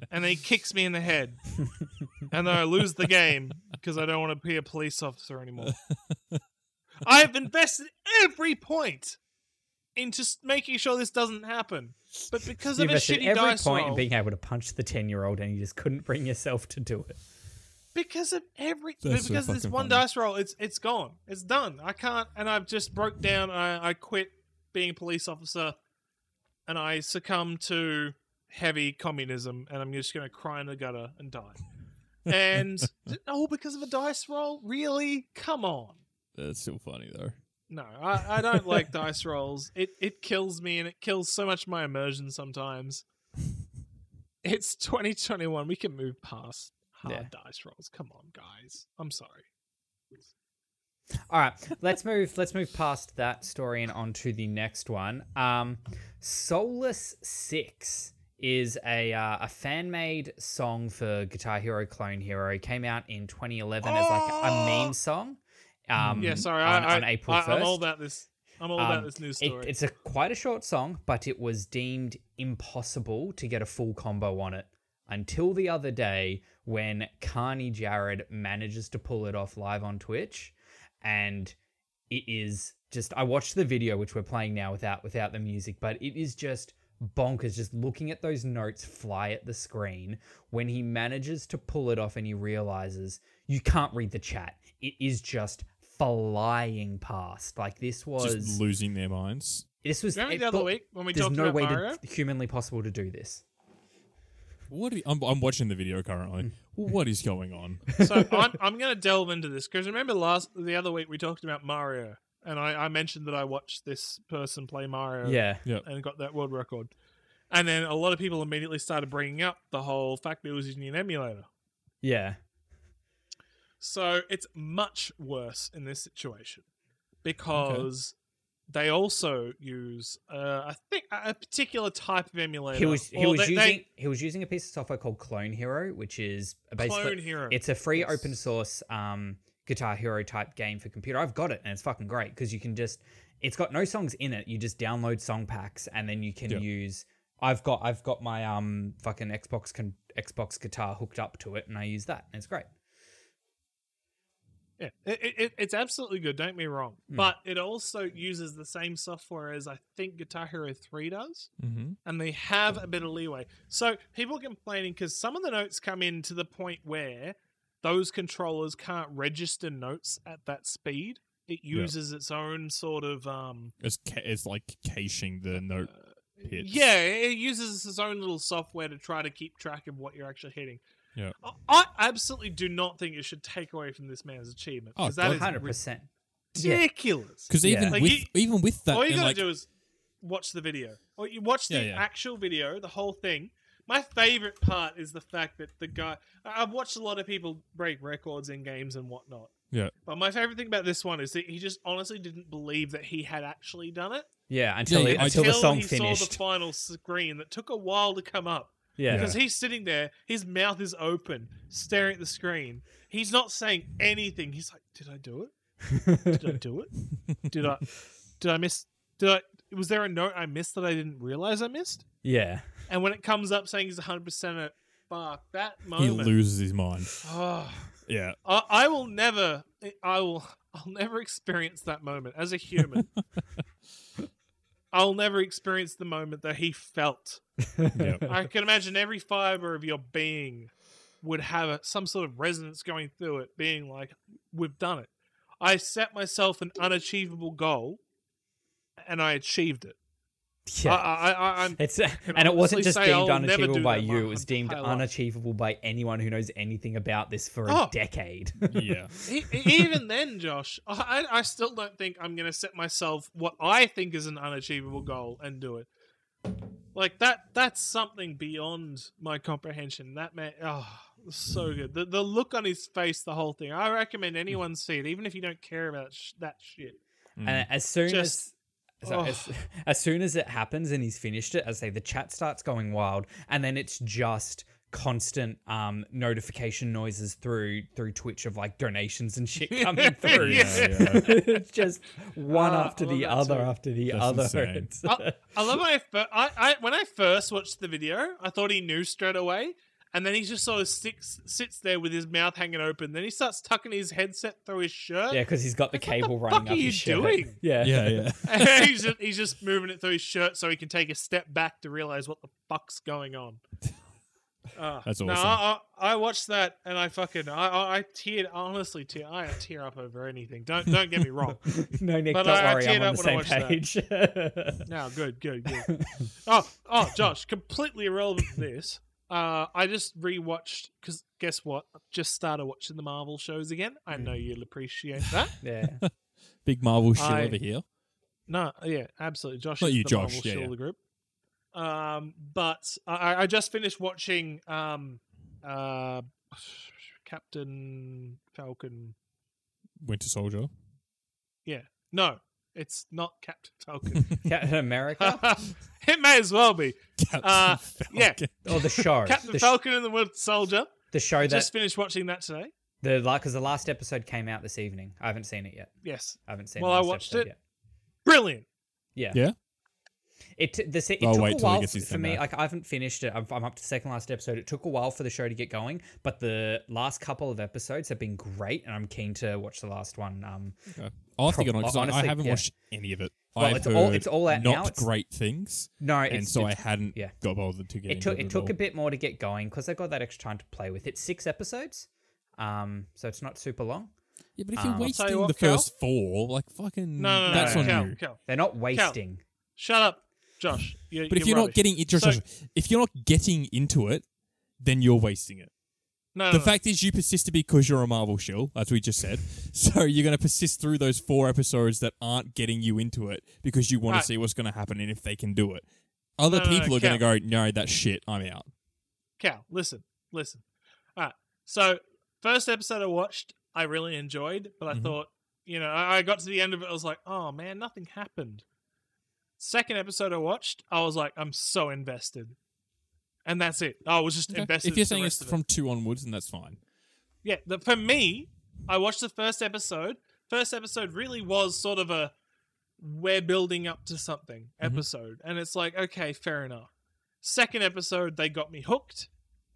A: then he kicks me in the head. and then I lose the game because I don't want to be a police officer anymore. I've invested every point into s- making sure this doesn't happen. But because
B: You
A: of a
B: invested
A: shitty
B: every
A: dice
B: point
A: roll,
B: in being able to punch the ten-year-old, and you just couldn't bring yourself to do it.
A: because of every
C: That's so
A: because of this
C: fucking
A: one
C: funny.
A: dice roll it's it's gone it's done i can't and i've just broke down i, I quit being a police officer and i succumb to heavy communism and i'm just going to cry in the gutter and die and all because of a dice roll really come on
C: That's still funny though.
A: no i, I don't like dice rolls it it kills me and it kills so much my immersion sometimes it's 2021 we can move past hard
B: Yeah.
A: dice rolls come on guys i'm sorry
B: All right, let's move. Let's move past that story and on to the next one. Um, Solus Six is a uh, a fan made song for Guitar Hero Clone Hero. It came out in 2011 as like a
A: Oh!
B: meme song. Um,
A: yeah, sorry.
B: on,
A: I, I,
B: on April 1st.
A: I, I'm all about this. I'm all about
B: Um,
A: this news
B: It-
A: story.
B: it's a quite a short song, but it was deemed impossible to get a full combo on it until the other day when Carney Jared manages to pull it off live on Twitch, and it is just. I watched the video which we're playing now without without the music, but it is just bonkers just looking at those notes fly at the screen when he manages to pull it off and he realizes you can't read the chat it is just flying past like this was
C: Just losing their minds.
B: this was
A: Remember
B: it-
A: the other
B: but
A: week when we
B: There's
A: talked
B: no
A: about
B: way
A: Mario?
B: to humanly possible to do this.
C: What? Are, I'm, I'm watching the video currently. what is going on?
A: so I'm I'm going to delve into this because remember last the other week we talked about Mario and I, I mentioned that I watched this person play Mario
B: Yeah,
A: and got that world record, and then a lot of people immediately started bringing up the whole fact that it was using an emulator.
B: yeah,
A: So it's much worse in this situation because. They also use, uh, I think, a a particular type of emulator.
B: he was he
A: or
B: was
A: they-
B: using
A: they-
B: he was using a piece of software called Clone Hero, which is basically
A: Clone Hero.
B: it's a free
A: Yes.
B: open source um Guitar Hero type game for computer. I've got it and it's fucking great because you can just it's got no songs in it. You just download song packs and then you can
C: Yeah.
B: use. I've got I've got my um fucking Xbox con, Xbox guitar hooked up to it and I use that and it's great.
A: Yeah, it, it- it, it's absolutely good. Don't get me wrong,
B: Hmm.
A: but it also uses the same software as I think Guitar Hero Three does,
C: Mm-hmm.
A: and they have a bit of leeway. So people complaining because some of the notes come in to the point where those controllers can't register notes at that speed. It
C: Yeah.
A: uses its own sort of um,
C: It's ca- it's like caching the note hits.
A: Yeah, it uses its own little software to try to keep track of what you're actually hitting.
C: Yeah.
A: I- I absolutely do not think it should take away from this man's achievement
C: Oh,
A: because that is
B: Hundred percent.
A: ridiculous.
C: Because even
B: Yeah.
A: Like,
C: with
A: you-
C: even with that,
A: All you
C: and
A: gotta
C: like,
A: do is watch the video. Or you watch the
C: Yeah, yeah.
A: actual video, the whole thing. My favorite part is the fact that the guy. I- I've watched a lot of people break records in games and whatnot.
C: Yeah.
A: But my favorite thing about this one is that he just honestly didn't believe that he had actually done it
B: Yeah, until
C: yeah,
B: it-
C: I-
B: until the song
A: he saw
B: finished.
A: the final screen that took a while to come up.
B: yeah.
A: Because he's sitting there, his mouth is open, staring at the screen. He's not saying anything. He's like, "Did I do it? Did I do it? Did I? Did I miss? Did I? Was there a note I missed that I didn't realize I missed?"
B: yeah.
A: And when it comes up saying he's 100 percent at fuck that
C: he
A: moment,
C: loses his mind.
A: oh,
C: Yeah,
A: I, I will never it- I will. I'll never experience that moment as a human. I'll never experience the moment that he felt. I can imagine every fiber of your being would have a, some sort of resonance going through it, being like, "We've done it. I set myself an unachievable goal, and I achieved it. I,
B: Yeah.
A: I, I, I'm
B: It's and it
A: honestly
B: wasn't just
A: say
B: deemed
A: I'll never
B: unachievable
A: do
B: by
A: that
B: you;
A: my
B: it was deemed
A: entire life.
B: unachievable by anyone who knows anything about this for a
A: Oh.
B: decade.
C: yeah.
A: E- e- even then, Josh, I, I I still don't think I'm going to set myself what I think is an unachievable goal and do it. Like that—that's something beyond my comprehension. That man, oh, so good. The the look on his face, the whole thing. I recommend anyone see it, even if you don't care about sh- that shit.
C: Mm.
B: And as soon
A: Just- oh.
B: as, so as as soon as it happens and he's finished it, as I say the chat starts going wild, and then it's just constant um notification noises through through Twitch of like donations and shit coming through.
A: Yeah,
C: yeah.
B: it's just one
A: Ah,
B: after
A: I love
B: the
A: that
B: other
A: too.
B: after the
C: That's
B: other.
C: insane.
B: It's-
A: I, Oh, I love my. Fir- I, I when I first watched the video, I thought he knew straight away, and then he just sort of sticks, sits there with his mouth hanging open. Then he starts tucking his headset through his shirt.
B: yeah, because he's got the
A: Like, what the
B: cable
A: fuck
B: running
A: are
B: up
A: you
B: his shirt.
A: doing?
B: Yeah,
C: Yeah, yeah.
A: And he's, just, he's just moving it through his shirt so he can take a step back to realize what the fuck's going on. Uh,
C: That's
A: No,
C: awesome.
A: I, I, I watched that and I fucking I, I, I teared honestly tear I tear up over anything. Don't don't get me wrong.
B: no, Nick,
A: But
B: don't
A: I- I
B: worry,
A: teared
B: I'm on
A: up
B: the
A: when
B: same
A: I
B: page.
A: No, good, good, good. oh, oh, Josh, completely irrelevant to this. Uh, I just rewatched because guess what? I've just started watching the Marvel shows again. I
C: Hmm.
A: know you'll appreciate that.
B: yeah.
C: Big Marvel shill
A: I-
C: over here.
A: No, uh, yeah, absolutely. Josh
C: Not
A: is
C: you,
A: the
C: Josh,
A: Marvel
C: yeah,
A: shill
C: yeah.
A: of the group. Um, but I- I, I just finished watching um, uh, Captain Falcon.
C: Winter Soldier.
A: No, it's not Captain Falcon.
B: Captain America
A: it may as well be.
C: Captain
A: Uh,
C: Falcon.
A: yeah.
B: or the show,
A: Captain
B: the, sh-
A: Falcon and the Winter Soldier.
B: the show that
A: Just finished watching that today.
B: the like because the last episode came out this evening. I haven't seen it yet.
A: Yes,
B: I haven't seen.
A: Well,
B: the
A: I
B: last
A: watched
B: episode
A: it. brilliant.
B: Yet. Yeah,
C: Yeah?
B: It t- the se- it
C: I'll
B: took
C: wait
B: a
C: till he
B: while
C: gets
B: for,
C: his
B: for
C: thing
B: me.
C: back.
B: Like I haven't finished it. I'm, I'm up to the second last episode. It took a while for the show to get going, but the last couple of episodes have been great, and I'm keen to watch the last one. Um,
C: Okay. I'll have to get on because I
B: Honestly,
C: haven't
B: yeah.
C: watched any of it.
B: Well,
C: I've
B: it's all-
C: heard
B: it's all out
C: not
B: now, it's-
C: great things,
B: no, it's,
C: and so I
B: it's-
C: hadn't
B: yeah.
C: got bothered to get
B: it took
C: into
B: it
C: it.
B: took a
C: at
B: bit more to get going because I got that extra time to play with. It's six episodes, um, so it's not super long.
C: all. Yeah, but if
B: Um,
C: you're
B: I'll
A: tell
C: wasting
A: you
C: the
A: what, Cal.
C: first four, like fucking,
A: No, no, no.
C: Mm, that's
A: no,
C: on
A: Cal,
C: you.
A: Cal.
B: They're not wasting.
A: Shut up, Josh. You're,
C: But if you're not
A: rubbish.
C: getting it, Josh,
A: So-
C: Josh, if you're not getting into it, then you're wasting it.
A: no, no,
C: The
A: no.
C: fact is, you persisted because you're a Marvel shill, as we just said. So you're going to persist through those four episodes that aren't getting you into it because you want
A: Right.
C: to see what's going to happen and if they can do it. Other
A: No, no, no,
C: people are going to go, no, that's shit. I'm out.
A: Cal, listen, listen. All right. So, first episode I watched, I really enjoyed, but I
C: Mhm.
A: thought, you know, I I got to the end of it, I was like, oh man, nothing happened. Second episode I watched, I was like, I'm so invested. And that's it. I was just invested.
C: If you're
A: for the
C: saying
A: rest
C: it's
A: of it.
C: from two onwards, then that's fine.
A: yeah, the, for me, I watched the first episode. First episode really was sort of a we're building up to something
C: Mm-hmm.
A: episode, and it's like okay, fair enough. Second episode, they got me hooked,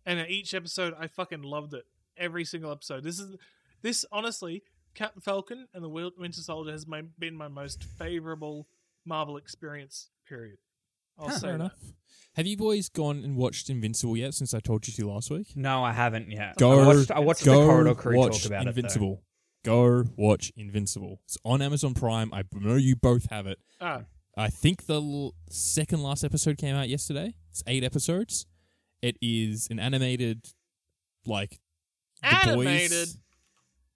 A: and at each episode, I fucking loved it. Every single episode. This is this honestly, Captain Falcon and the Wil- Winter Soldier has my, been my most favorable Marvel experience. Period. I'll
C: Huh,
A: say
C: fair
A: that.
C: enough. Have you boys gone and watched Invincible yet? Since I told you to last week,
B: No, I haven't yet.
C: go.
B: I watched, I watched
C: go
B: the Corridor Crew
C: watch
B: talk about it.
C: Invincible. Go watch Invincible. It's on Amazon Prime. I know you both have it.
A: Ah,
C: I think the l- second last episode came out yesterday. It's eight episodes. It is an animated, like the boys-
A: Animated?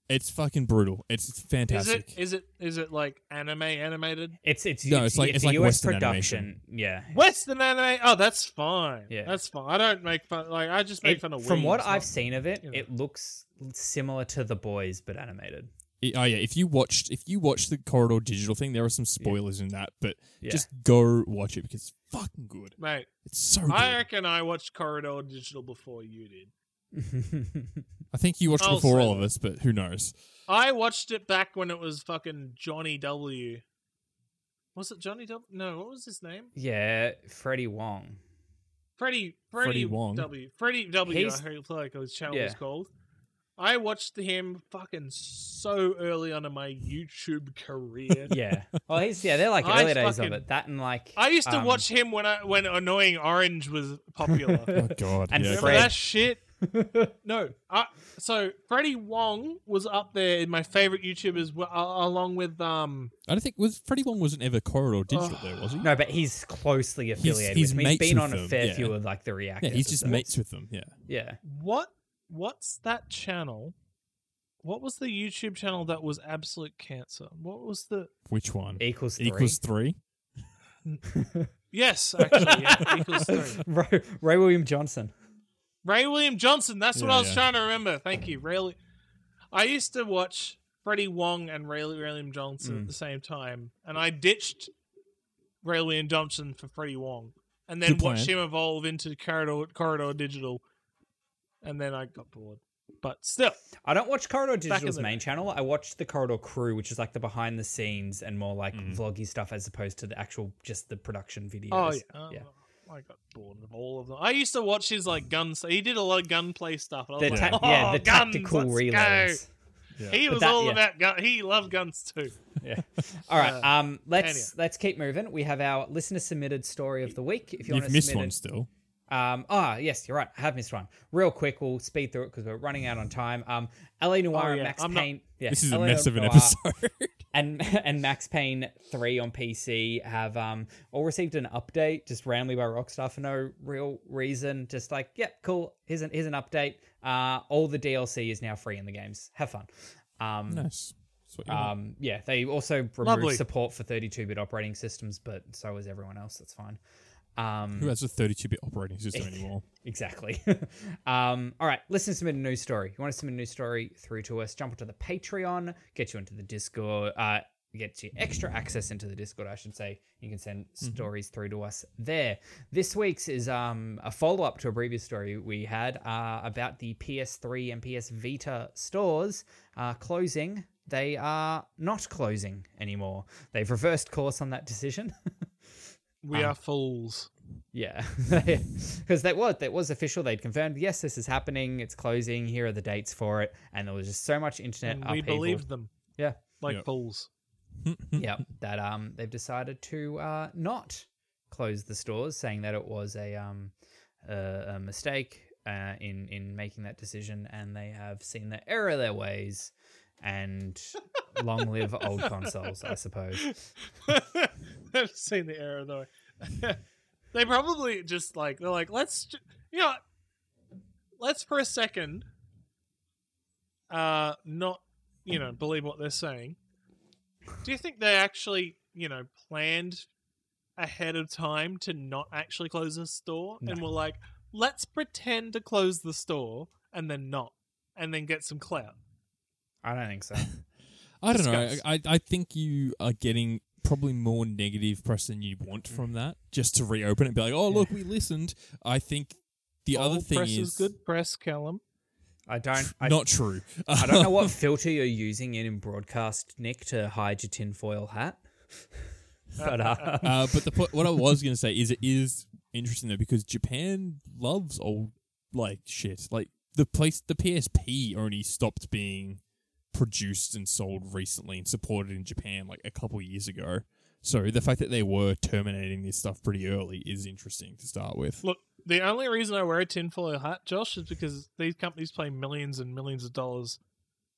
C: It's fucking brutal. It's, it's
A: is
C: fantastic.
A: it is it is it like anime animated?
B: It's it's
C: No,
B: it's,
C: it's like-
B: it's,
C: it's
B: a
C: like
B: US
C: Western
B: production.
C: animation.
B: Yeah.
A: Western anime. Oh, that's fine.
B: Yeah.
A: Yeah, that's fine. I don't make fun. Like I just make
B: It-
A: fun of.
B: from what
A: weebs,
B: I've
A: not-
B: seen of it,
A: you know.
B: it looks similar to The Boys but animated.
C: I- oh yeah, if you watched if you watched the Corridor Digital thing, there are some spoilers in that, but
B: Yeah.
C: just go watch it because it's fucking good.
A: mate,
C: It's so good.
A: I
C: I,
A: reckon I watched Corridor Digital before you did.
C: think you watched
A: I'll
C: before
A: say
C: all of
A: that.
C: us, but who knows?
A: I watched it back when it was fucking Johnny W. Was it Johnny W? No, what was his name?
B: yeah, Freddie Wong.
A: Freddie. Freddie,
C: Freddie Wong.
A: W. Freddie W. I
B: He's-
A: heard like his channel
B: Yeah.
A: was called. I watched him fucking so early on in my YouTube career.
B: Yeah. Well, he's yeah. They're like
A: I
B: early days of
A: fucking-
B: it. That and like
A: I used to
B: um,
A: watch him when I when Annoying Orange was popular.
C: Oh god.
B: And
C: yeah,
A: Remember
B: Fred.
A: that shit? no. I, so Freddie Wong was up there in my favorite YouTubers, w- a- along with um.
C: I don't think was Freddie One wasn't ever Corridor Digital though, was he?
B: No, but he's closely affiliated
C: he's
B: with me. He's
C: mates
B: been
C: with
B: on a
C: them,
B: fair
C: yeah.
B: few of like the reactors.
C: Yeah, he's just
B: and stuff.
C: mates with them. Yeah.
B: Yeah.
A: What what's that channel? What was the YouTube channel that was absolute cancer? What was the
C: Which one?
B: Equals three.
C: Equals three.
A: Yes, actually, yeah, equals three.
B: Ray, Ray William Johnson.
A: Ray William Johnson, that's what
C: Yeah,
A: I was
C: yeah.
A: trying to remember. Thank you. Ray Li- I used to watch Freddie Wong and Ray William Johnson
B: Mm.
A: at the same time, and I ditched Ray William Johnson for Freddie Wong. And then
C: Good plan.
A: watched him evolve into Corridor Corridor Digital. And then I got bored. But still,
B: I don't watch Corridor
A: in
B: Digital's
A: the
B: main channel. I watch the Corridor Crew, which is like the behind the scenes and more like
C: Mm.
B: vloggy stuff as opposed to the actual just the production videos.
A: Oh yeah. Um, I got bored of all of them. I used to watch his like guns. He did a lot of gunplay stuff. And I
B: The
A: was
B: ta-
A: like,
B: yeah,
A: "Oh,
B: the
A: guns,
B: tactical
A: let's go."
B: reloads.
A: He was
B: that-
A: all
B: yeah.
A: about gun. He loved guns too.
B: Yeah. All right.
A: Uh,
B: Um. Let's
A: anyway.
B: let's keep moving. We have our listener submitted story of the week. If you
C: You've
B: want to
C: missed
B: submit
C: one
B: it-
C: still.
B: Um, ah, yes, you're right. I have missed one. Real quick, we'll speed through it because we're running out on time. Um, LA Noir
A: Oh,
B: and
A: yeah,
B: Max
A: I'm not-
B: Payne. yeah,
C: This is a
B: LA
C: mess of an
B: Noir
C: episode.
B: And and Max Payne three on PC have um all received an update just randomly by Rockstar for no real reason. Just like, yep, cool. Here's an here's an update. Uh, all the DLC is now free in the games. Have fun. Um,
C: nice. That's what you want.
B: um, yeah, they also removed
A: Lovely.
B: support for 32-bit operating systems, but so is everyone else. That's fine. Um,
C: Who has a 32-bit operating system anymore?
B: Exactly. um, all right, listen, submit a news story. You want to submit a news story through to us? Jump onto the Patreon, get you into the Discord, uh, get you extra access into the Discord, I should say. You can send stories through to us there. This week's is um, a follow up to a previous story we had uh, about the PS3 and PS Vita stores uh, closing. They are not closing anymore. They've reversed course on that decision.
A: We
B: Um,
A: are fools.
B: Yeah, because that was that was official. They'd confirmed, yes, this is happening. It's closing. Here are the dates for it, and there was just so much internet
A: And we
B: upheaval.
A: believed them
B: Yeah,
A: like
C: Yep.
A: fools.
B: yeah, that um they've decided to uh not close the stores, saying that it was a um a, a mistake uh, in in making that decision, and they have seen the error of their ways. And long live old consoles, I suppose.
A: I've seen the error though. they probably just like they're like let's ju- you know let's for a second uh not you know believe what they're saying. Do you think they actually you know planned ahead of time to not actually close the store and were like let's pretend to close the store and then not and then get some clout?
B: I don't think so.
C: I don't know.
A: Discuss.
C: I, I I think you are getting probably more negative press than you want from that. Just to reopen it and be like, oh look, we listened. I think the other
A: Old
C: thing
A: press
C: is,
A: is good press, Callum.
B: I don't. I
C: not true.
B: I don't know what filter you're using in, in broadcast, Nick, to hide your tinfoil hat. but uh,
C: uh, but the po- what I was going to say is it is interesting though because Japan loves old like shit. Like the place, the PSP only stopped being produced and sold recently and supported in Japan like a couple years ago. So the fact that they were terminating this stuff pretty early is interesting to start with.
A: Look, the only reason I wear a tinfoil hat, Josh, is because these companies pay millions and millions of dollars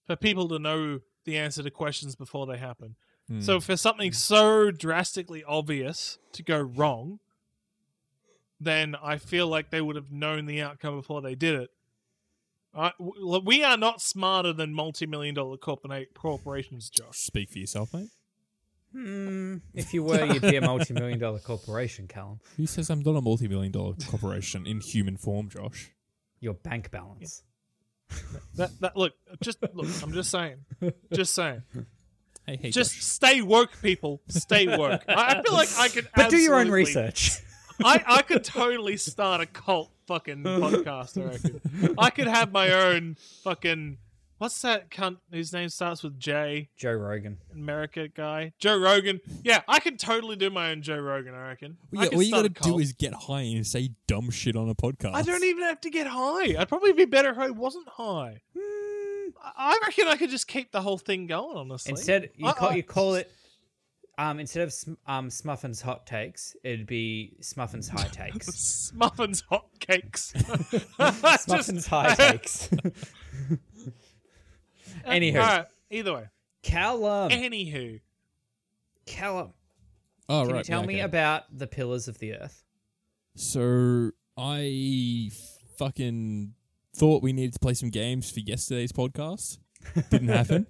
A: for people to know the answer to questions before they happen.
B: Hmm.
C: Hmm.
A: So for something so drastically obvious to go wrong, then I feel like they would have known the outcome before they did it. I, w- we are not smarter than multi-million dollar corpora- corporations, Josh.
C: Speak for yourself, mate.
B: hmm, if you were, you'd be a multi-million dollar corporation, Callum.
C: Who says I'm not a multi-million dollar corporation in human form, Josh?
B: Your bank balance.
A: That, that look, just look. I'm just saying, just saying.
C: Hey, hey,
A: just stay woke, people. Stay woke. I, I feel like I could.
B: But do your own
A: absolutely-
B: research.
A: I, I could totally start a cult fucking podcast. I reckon. I could have my own fucking. What's that cunt whose name starts with J?
B: Joe Rogan.
A: America guy, Joe Rogan. Yeah, I could totally do my own Joe Rogan. I reckon. I
C: yeah,
A: could
C: all you
A: start
C: gotta
A: a
C: do
A: cult.
C: is get high and say dumb shit on a podcast.
A: I don't even have to get high. I'd probably be better if I wasn't high.
B: them?
A: I I reckon I could just keep the whole thing going, honestly.
B: Instead, you
A: I-
B: call,
A: I-
B: you call it. Um, instead of Sm- um, Smuffin's hot takes, it'd be Smuffin's high takes.
A: Smuffins hot cakes.
B: Smuffin's high takes. Anywho,
A: All right. Either way.
B: Callum,
A: Anywho,
B: Callum,
C: Oh,
B: can
C: right.
B: you tell
C: yeah,
B: me
C: okay.
B: about the pillars of the earth?
C: So I fucking thought we needed to play some games for yesterday's podcast. Didn't happen.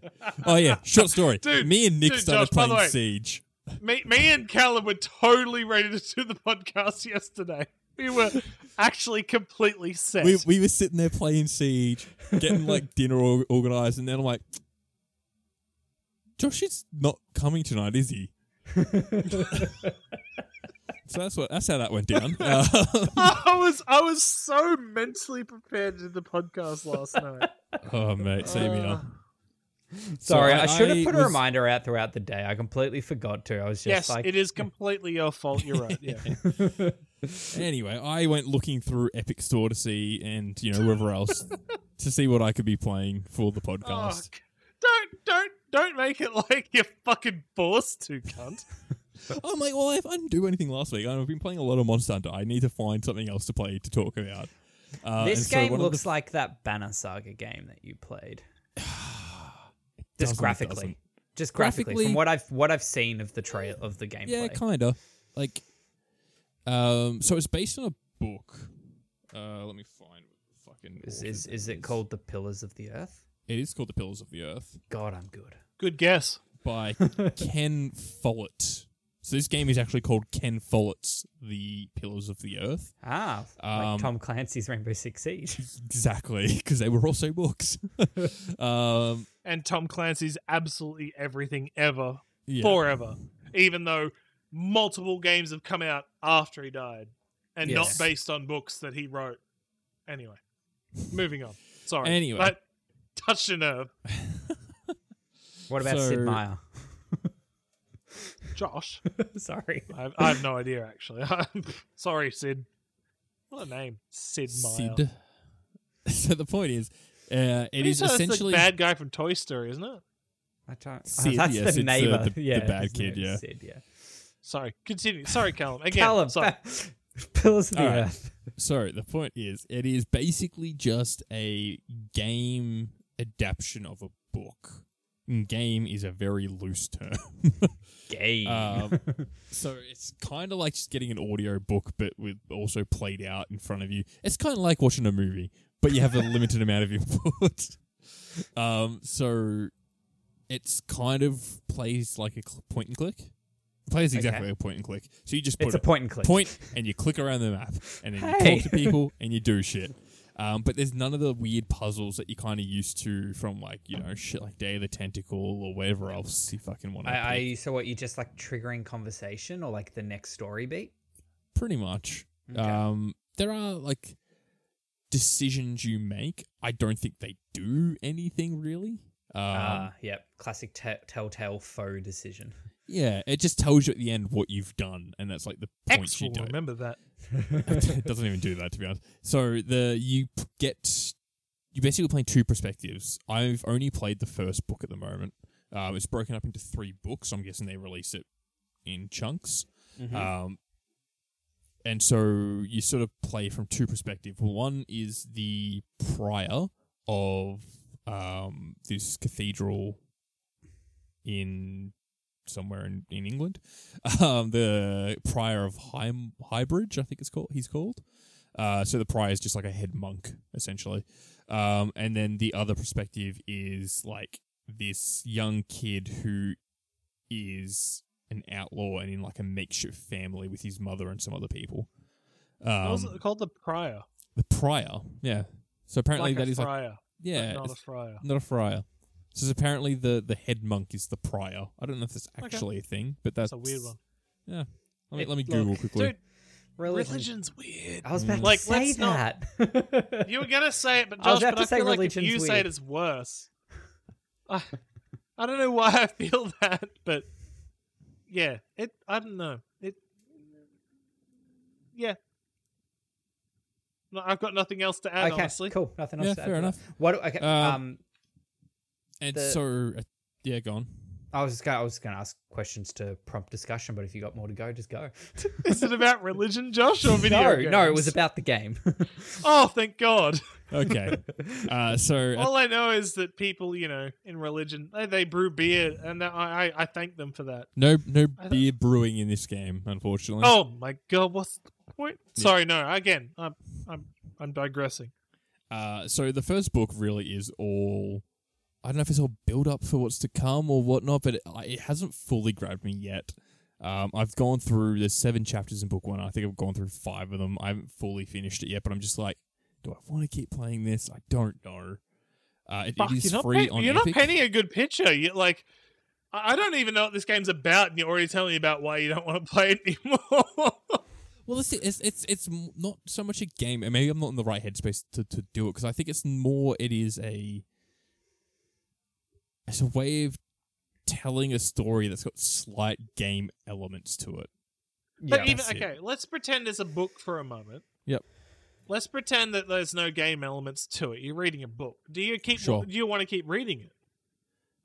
C: oh yeah, short story.
A: Dude,
C: me and Nick
A: dude,
C: started
A: Josh, by the
C: playing
A: way-
C: Siege.
A: me, me and Callum were totally ready to do the podcast yesterday. We were actually completely set.
C: We, we were sitting there playing Siege, getting like dinner or- organized, and then I'm like, Josh is not coming tonight, is he? so that's what that's how that went down. Uh,
A: I was I was so mentally prepared to do the podcast last night. Uh,
C: oh mate, same here.
B: Sorry,
C: I-
B: I, should have
C: I
B: put a
C: was-
B: reminder out throughout the day. I completely forgot to. I was just
A: yes,
B: like, uh,
A: it is completely your fault. You're right. Yeah.
C: Anyway, I went looking through Epic Store to see and you know wherever else to see what I could be playing for the
A: Oh,
C: podcast.
A: c- don't don't don't make it like you're fucking forced to, cunt.
B: Oh,
C: I'm like, well, I I didn't do anything last week. I've been playing a lot of Monster Hunter. I need to find something else to play to talk about. Uh,
B: this
C: and so
B: game
C: one of
B: looks
C: the-
B: like that Banner Saga game that you played.
C: doesn't,
B: just
C: it doesn't.
B: graphically, just graphically,
C: Graphically-
B: from what I've what I've seen of the trail of the gameplay.
C: yeah, kind of like. Um, so it's based on a book. Uh, let me find what the fucking
B: is
C: author's
B: is,
C: name
B: is it called the Pillars of the Earth?
C: It is called The Pillars of the Earth
B: God, I'm good.
A: Good guess.
C: by Ken Follett. So this game is actually called Ken Follett's The Pillars of the Earth.
B: Ah,
C: Um,
B: like Tom Clancy's Rainbow Six Siege.
C: Exactly, because they were also books. um,
A: And Tom Clancy's absolutely everything ever
C: yeah.
A: forever, even though multiple games have come out after he died and
B: Yes.
A: not based on books that he wrote. Anyway, moving on. Sorry.
C: Anyway.
A: That touched a nerve.
B: What about Sid
C: so-
B: Meier?
A: Josh,
B: Sorry.
A: I have, I have no idea actually. Sorry, Sid. What a name, Sid Meier.
C: Sid. So the point is, uh, it
A: Pretty
C: is
A: sure that's the
C: essentially
A: bad guy from Toy Story, isn't it?
B: I don't.
C: Sid,
B: that's
C: yes,
B: the
C: it's the-
B: neighbor.
C: the- the
B: yeah,
C: bad
B: his
C: kid,
B: name is
C: yeah.
B: Sid, yeah.
A: Sorry, continue. Sorry, Callum. Again,
B: Callum,
A: sorry.
B: Pillars of the
C: All right.
B: Earth.
C: So the point is, it is basically just a game adaptation of a book. And Game is a very loose term.
B: Game.
C: Um, so it's kind of like just getting an audio book, but with also played out in front of you. It's kind of like watching a movie, but you have a limited amount of input. um, so it's kind of plays like a cl- point and click. It plays exactly
B: Okay.
C: like a point and click. So you just put
B: it's a
C: a
B: point and click.
C: point and you click around the map, and then you
B: Hey.
C: talk to people and you do shit. Um, but there's none of the weird puzzles that you're kind of used to from like you know shit like Day of the Tentacle or whatever else you fucking want. to
B: I, I so what you just like triggering conversation or like the next story beat?
C: pretty much. Um, there are like decisions you make. I don't think they do anything really. Um,
B: Ah, yep. Classic te- telltale faux decision.
C: yeah, it just tells you at the end what you've done, and that's like the points
A: X
C: you
A: will
C: do.
A: remember that.
C: it doesn't uh, even do that to be honest. So the you p- get you basically playing two perspectives. I've only played the first book at the moment. Um, it's broken up into three books. I'm guessing they release it in chunks.
B: Mm-hmm.
C: Um, and so you sort of play from two perspectives. One is the prior of um, this cathedral in somewhere in, in England, um, the prior of High Highbridge, I think it's called. He's called. Uh, so the prior is just like a head monk essentially, um, and then the other perspective is like this young kid who is an outlaw and in like a makeshift family with his mother and some other people.
A: What was
C: Um,
A: it called? The Prior.
C: the prior, yeah. So apparently
A: like
C: that
A: a
C: is like
A: friar, but
C: yeah,
A: not a
C: it's
A: friar.
C: not a friar. So apparently the the head monk is the prior. I don't know if that's
A: Okay.
C: actually a thing, but that's
A: That's a weird one.
C: Yeah. Let me,
B: It-
C: let me
B: look,
C: Google quickly.
A: Dude,
B: Religion.
A: religion's weird.
B: I was about
A: Like,
B: to say
A: let's not-
B: that.
A: You were gonna say it, but
B: I was
A: Josh,
B: about
A: but
B: to
A: I
B: say
A: feel like if
B: religion's
A: you say
B: weird.
A: it, it's worse. I, I don't know why I feel that, but yeah, it. I don't know. It. Yeah. No, I've got nothing else to add.
B: okay,
A: honestly,
B: cool. Nothing
C: Yeah,
B: else to add
C: fair
B: to that.
C: enough.
B: What? Okay.
C: Um,
B: um,
C: And
B: The-
C: so, uh, yeah, go on.
B: I was just gonna, I was going to ask questions to prompt discussion, but if you got more to go, just go.
A: Is it about religion, Josh, or video?
B: no,
A: games?
B: no, it was about the game.
A: Oh, thank God.
C: Okay. uh, so at
A: All I know is that people, you know, in religion, they, they brew beer, and I, I I thank them for that.
C: No, no
A: I don't-
C: beer brewing in this game, unfortunately.
A: Oh my God, what's the point?
C: Yeah.
A: Sorry, no. Again, I'm I'm I'm digressing. Oh.
C: Uh, so the first book really is all. I don't know if it's all build up for what's to come or whatnot, but it, I- it hasn't fully grabbed me yet. Um, I've gone through there's seven chapters in book one. I think I've gone through five of them. I haven't fully finished it yet, but I'm just like, do I want to keep playing this? I don't know. Uh, it,
A: Fuck,
C: it is
A: you're not,
C: free
A: paint-
C: on
A: you're
C: Epic.
A: not painting a good picture. You like, I I don't even know what this game's about, and you're already telling me about why you don't want to play it anymore.
C: Well, it's, it's it's it's m- not so much a game, and maybe I'm not in the right headspace to, to do it because I think it's more it is a it's a way of telling a story that's got slight game elements to it.
A: But
B: yeah.
A: even
C: That's it.
A: okay, let's pretend it's a book for a moment.
C: Yep.
A: Let's pretend that there's no game elements to it. You're reading a book. Do you keep?
C: Sure.
A: Do you want to keep reading it?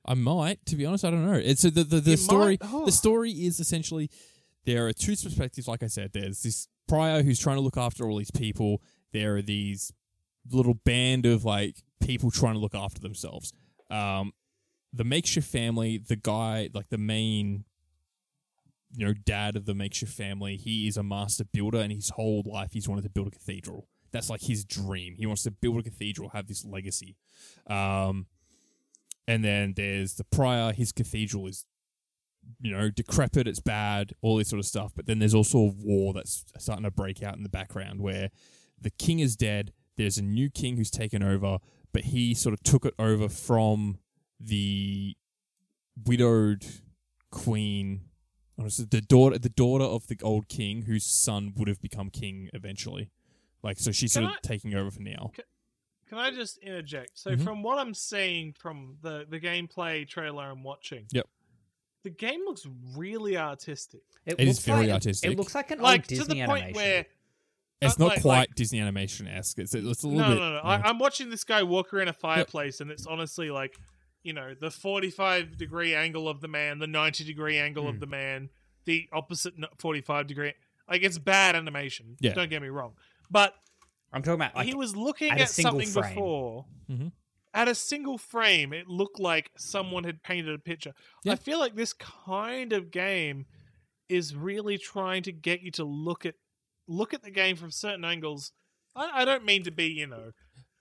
C: I might, to be honest, I don't know. It's so the the, the
A: You
C: story
A: might- oh.
C: the story is essentially there are two perspectives. Like I said, there's this prior who's trying to look after all these people. There are these little band of like people trying to look after themselves. Um, the makeshift family, the guy like the main, you know, dad of the makeshift family. He is a master builder, and his whole life he's wanted to build a cathedral. That's like his dream. He wants to build a cathedral, have this legacy. Um, and then there's the prior. His cathedral is, you know, decrepit. It's bad. All this sort of stuff. But then there's also a war that's starting to break out in the background where the king is dead. There's a new king who's taken over, but he sort of took it over from the widowed queen. or is it The daughter, the daughter of the old king, whose son would have become king eventually. Like, so she's
A: Can
C: sort of taking over for now.
A: Can I just interject? So,
C: Mhm.
A: from what I'm seeing from the the gameplay trailer I'm watching,
C: Yep.
A: the game looks really artistic.
C: It is
B: looks
C: very
B: like-
C: artistic.
B: It looks like an
A: like
B: old Disney
A: to the point
B: animation.
A: where
C: It's
A: Uh,
C: not
A: like-
C: quite
A: like-
C: Disney animation esque. It's, it's a little
A: no,
C: bit.
A: no, no,
C: you know.
A: I, I'm watching this guy walk around a fireplace, and it's honestly like, you know, the 45 degree angle of the man, the 90 degree angle
B: Hmm.
A: of the man, the opposite n- 45 degree. Like, it's bad animation.
C: Yeah.
A: Don't get me wrong. But
B: I'm talking about like
A: he was looking
B: at
A: at,
B: a single
A: something
B: frame.
A: before.
C: Mhm.
A: At a single frame, it looked like someone had painted a picture.
C: Yeah.
A: I feel like this kind of game is really trying to get you to look at look at the game from certain angles. I, I don't mean to be, you know,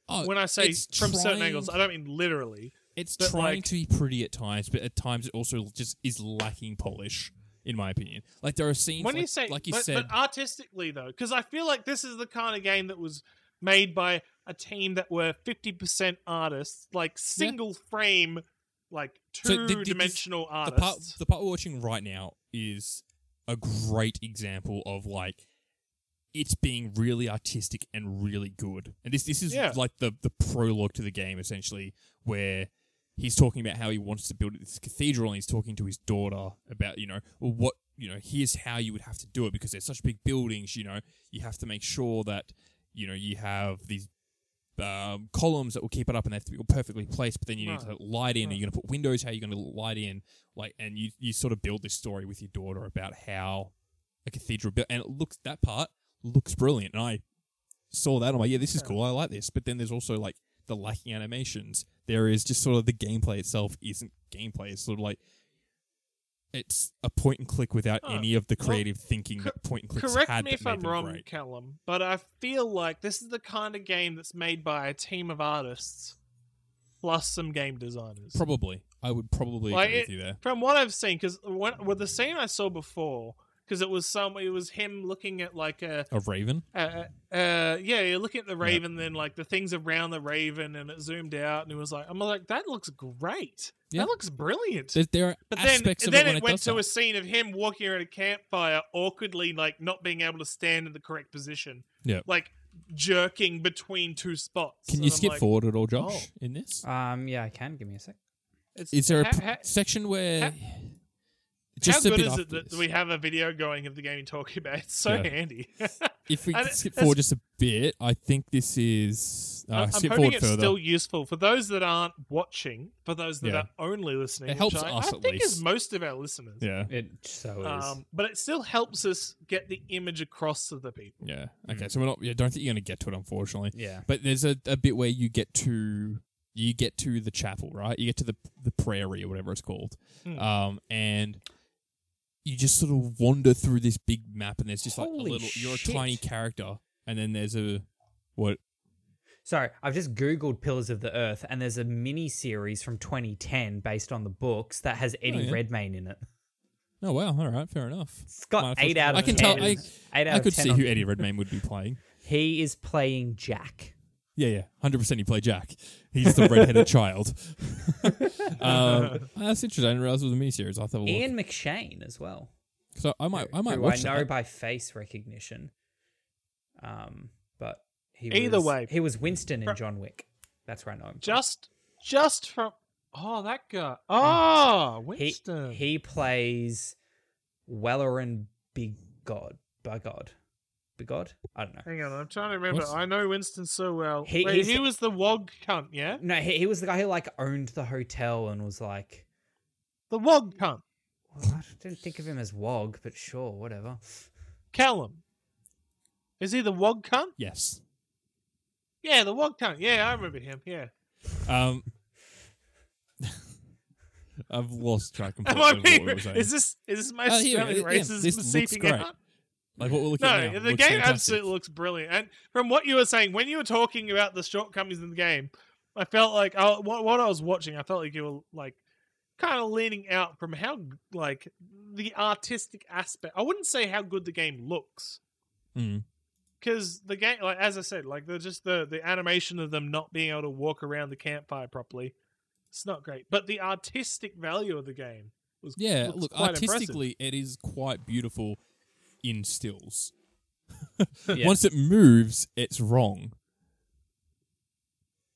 C: Oh,
A: when I say
C: it's
A: from certain
C: trying-
A: angles, I don't mean literally.
C: it's
A: but,
C: trying
A: like-
C: to be pretty at times, but at times it also just is lacking polish, in my opinion. Like there are scenes
A: When
C: like,
A: you say,
C: like you
A: but,
C: said,
A: but artistically though, because I feel like this is the kind of game that was made by a team that were fifty percent artists, like single frame, like
C: So did-
A: two
C: did this-
A: dimensional
C: the
A: artists.
C: part the part we're watching right now is a great example of like it's being really artistic and really good. And this this is
A: Yeah.
C: like the the prologue to the game essentially, where he's talking about how he wants to build this cathedral and he's talking to his daughter about you know well, what you know here's how you would have to do it because they're such big buildings you know you have to make sure that you know you have these um, columns that will keep it up and they have to be all perfectly placed but then you need
A: Right.
C: to light in are
A: Right.
C: you going to put windows how are you going to light in like and you you sort of build this story with your daughter about how a cathedral built and it looks that part looks brilliant and i saw that i'm like yeah this is
A: Yeah.
C: cool i like this but then there's also like the lacking animations there is just sort of the gameplay itself isn't gameplay it's sort of like it's a point and click without
A: Oh,
C: any of the
A: well,
C: creative thinking
A: cor-
C: that point and clicks
A: Correct
C: had
A: me
C: that
A: if
C: made
A: I'm
C: them
A: wrong,
C: great.
A: Callum, but I feel like this is the kind of game that's made by a team of artists plus some game designers.
C: probably i would probably
A: Like,
C: agree
A: it-
C: with you there
A: From what I've seen, because with the scene I saw before, because it was some, it was him looking at like a,
C: a raven
A: uh, uh, yeah, you're looking at the raven, then like the things around the raven, and it zoomed out, and it was like, I'm like, that looks great.
C: Yeah.
A: That looks brilliant.
C: there, there are
A: But then,
C: aspects of
A: then
C: it when
A: it,
C: it
A: went
C: does
A: to
C: that.
A: a scene of him walking around a campfire, awkwardly like not being able to stand in the correct position.
C: Yeah.
A: Like jerking between two spots.
C: Can
A: And
C: you
A: I'm
C: skip
A: like,
C: forward at all, Josh, in this?
B: Um, yeah, I can give me a sec.
A: It's,
C: Uh, Is there a
A: ha-
C: p-
A: ha-
C: section where
A: ha-
C: Just
A: How good
C: a bit
A: is
C: after
A: it that
C: this.
A: we have a video going of the game you're talking about? It's so
C: Yeah.
A: handy.
C: if we
A: and
C: could skip
A: it's-
C: forward just a bit, I think this is uh,
A: I'm I'm
C: skip
A: hoping
C: forward
A: it's
C: further.
A: still useful for those that aren't watching. For those that
C: Yeah.
A: are only listening,
C: It helps
A: which I,
C: us
A: I
C: at
A: think is
C: least.
A: most of our listeners.
C: yeah,
B: It so is.
A: Um, but it still helps us get the image across to the people.
C: yeah.
A: Mm.
C: Okay, so we're not. Yeah, don't think you're gonna get to it, unfortunately.
B: yeah.
C: But there's a, a bit where you get to you get to the chapel, right? You get to the the prairie or whatever it's called,
A: Hmm.
C: um, and you just sort of wander through this big map, and there's just like
B: Holy
C: a little. You're a
B: shit.
C: tiny character, and then there's a what?
B: Sorry, I've just Googled Pillars of the Earth, and there's a mini series from 2010 based on the books that has Eddie
C: yeah.
B: Redmayne in it.
C: Oh wow! All right, fair enough.
B: It's
C: Might
B: got
C: have
B: eight
C: to-
B: out
C: I
B: of
C: can
B: 10.
C: tell-
B: eight out
C: I
B: of
C: could
B: 10
C: see
B: on-
C: who Eddie Redmayne would be playing.
B: He is playing Jack.
C: Yeah, yeah, hundred percent. He played Jack. He's the redheaded child. um, that's interesting. I didn't realize it was a miniseries. I thought, well,
B: Ian McShane as well.
C: so I might, I might
B: who
C: watch
B: I know
C: that.
B: by face recognition. Um, but he
A: Either
B: was,
A: way.
B: he was Winston in
A: Bru-
B: John Wick. That's where I know him. from.
A: Just, just from oh that
C: Mm.
A: guy. Oh,
B: he
A: Winston.
C: um,
B: he plays Weller and Big God, by God, Big God. I don't know.
A: Hang on, I'm trying to remember.
C: What's-
A: I know Winston so well.
B: He-
A: Wait,
B: he's-
A: he was the wog cunt, yeah?
B: No, he, he was the guy who like owned the hotel and was like,
A: The wog cunt,
B: well, I didn't think of him as Wog, but sure, whatever.
A: Callum. Is he the wog cunt?
C: Yes.
A: Yeah, the wog cunt. Yeah, I remember him. Yeah.
C: Um, I've lost track
A: Am
C: completely.
A: I
C: of what we
A: being,
C: were saying.
A: is this is this my
C: Oh,
A: oh,
C: here, yeah,
A: racism
C: this looks
A: seeping
C: great.
A: out?
C: like what we're looking at?
A: No,
C: now,
A: the
C: looks
A: game
C: fantastic.
A: absolutely looks brilliant. And from what you were saying, when you were talking about the shortcomings in the game, I felt like I, what, what I was watching, I felt like you were like kind of leaning out from how like the artistic aspect. I wouldn't say how good the game looks
C: Mm.
A: because the game, like as I said, like the just the the animation of them not being able to walk around the campfire properly, it's not great. But the artistic value of the game was
C: Yeah,
A: looks
C: look,
A: quite impressive.
C: artistically, it is quite beautiful in stills.
B: Yeah.
C: Once it moves, it's wrong.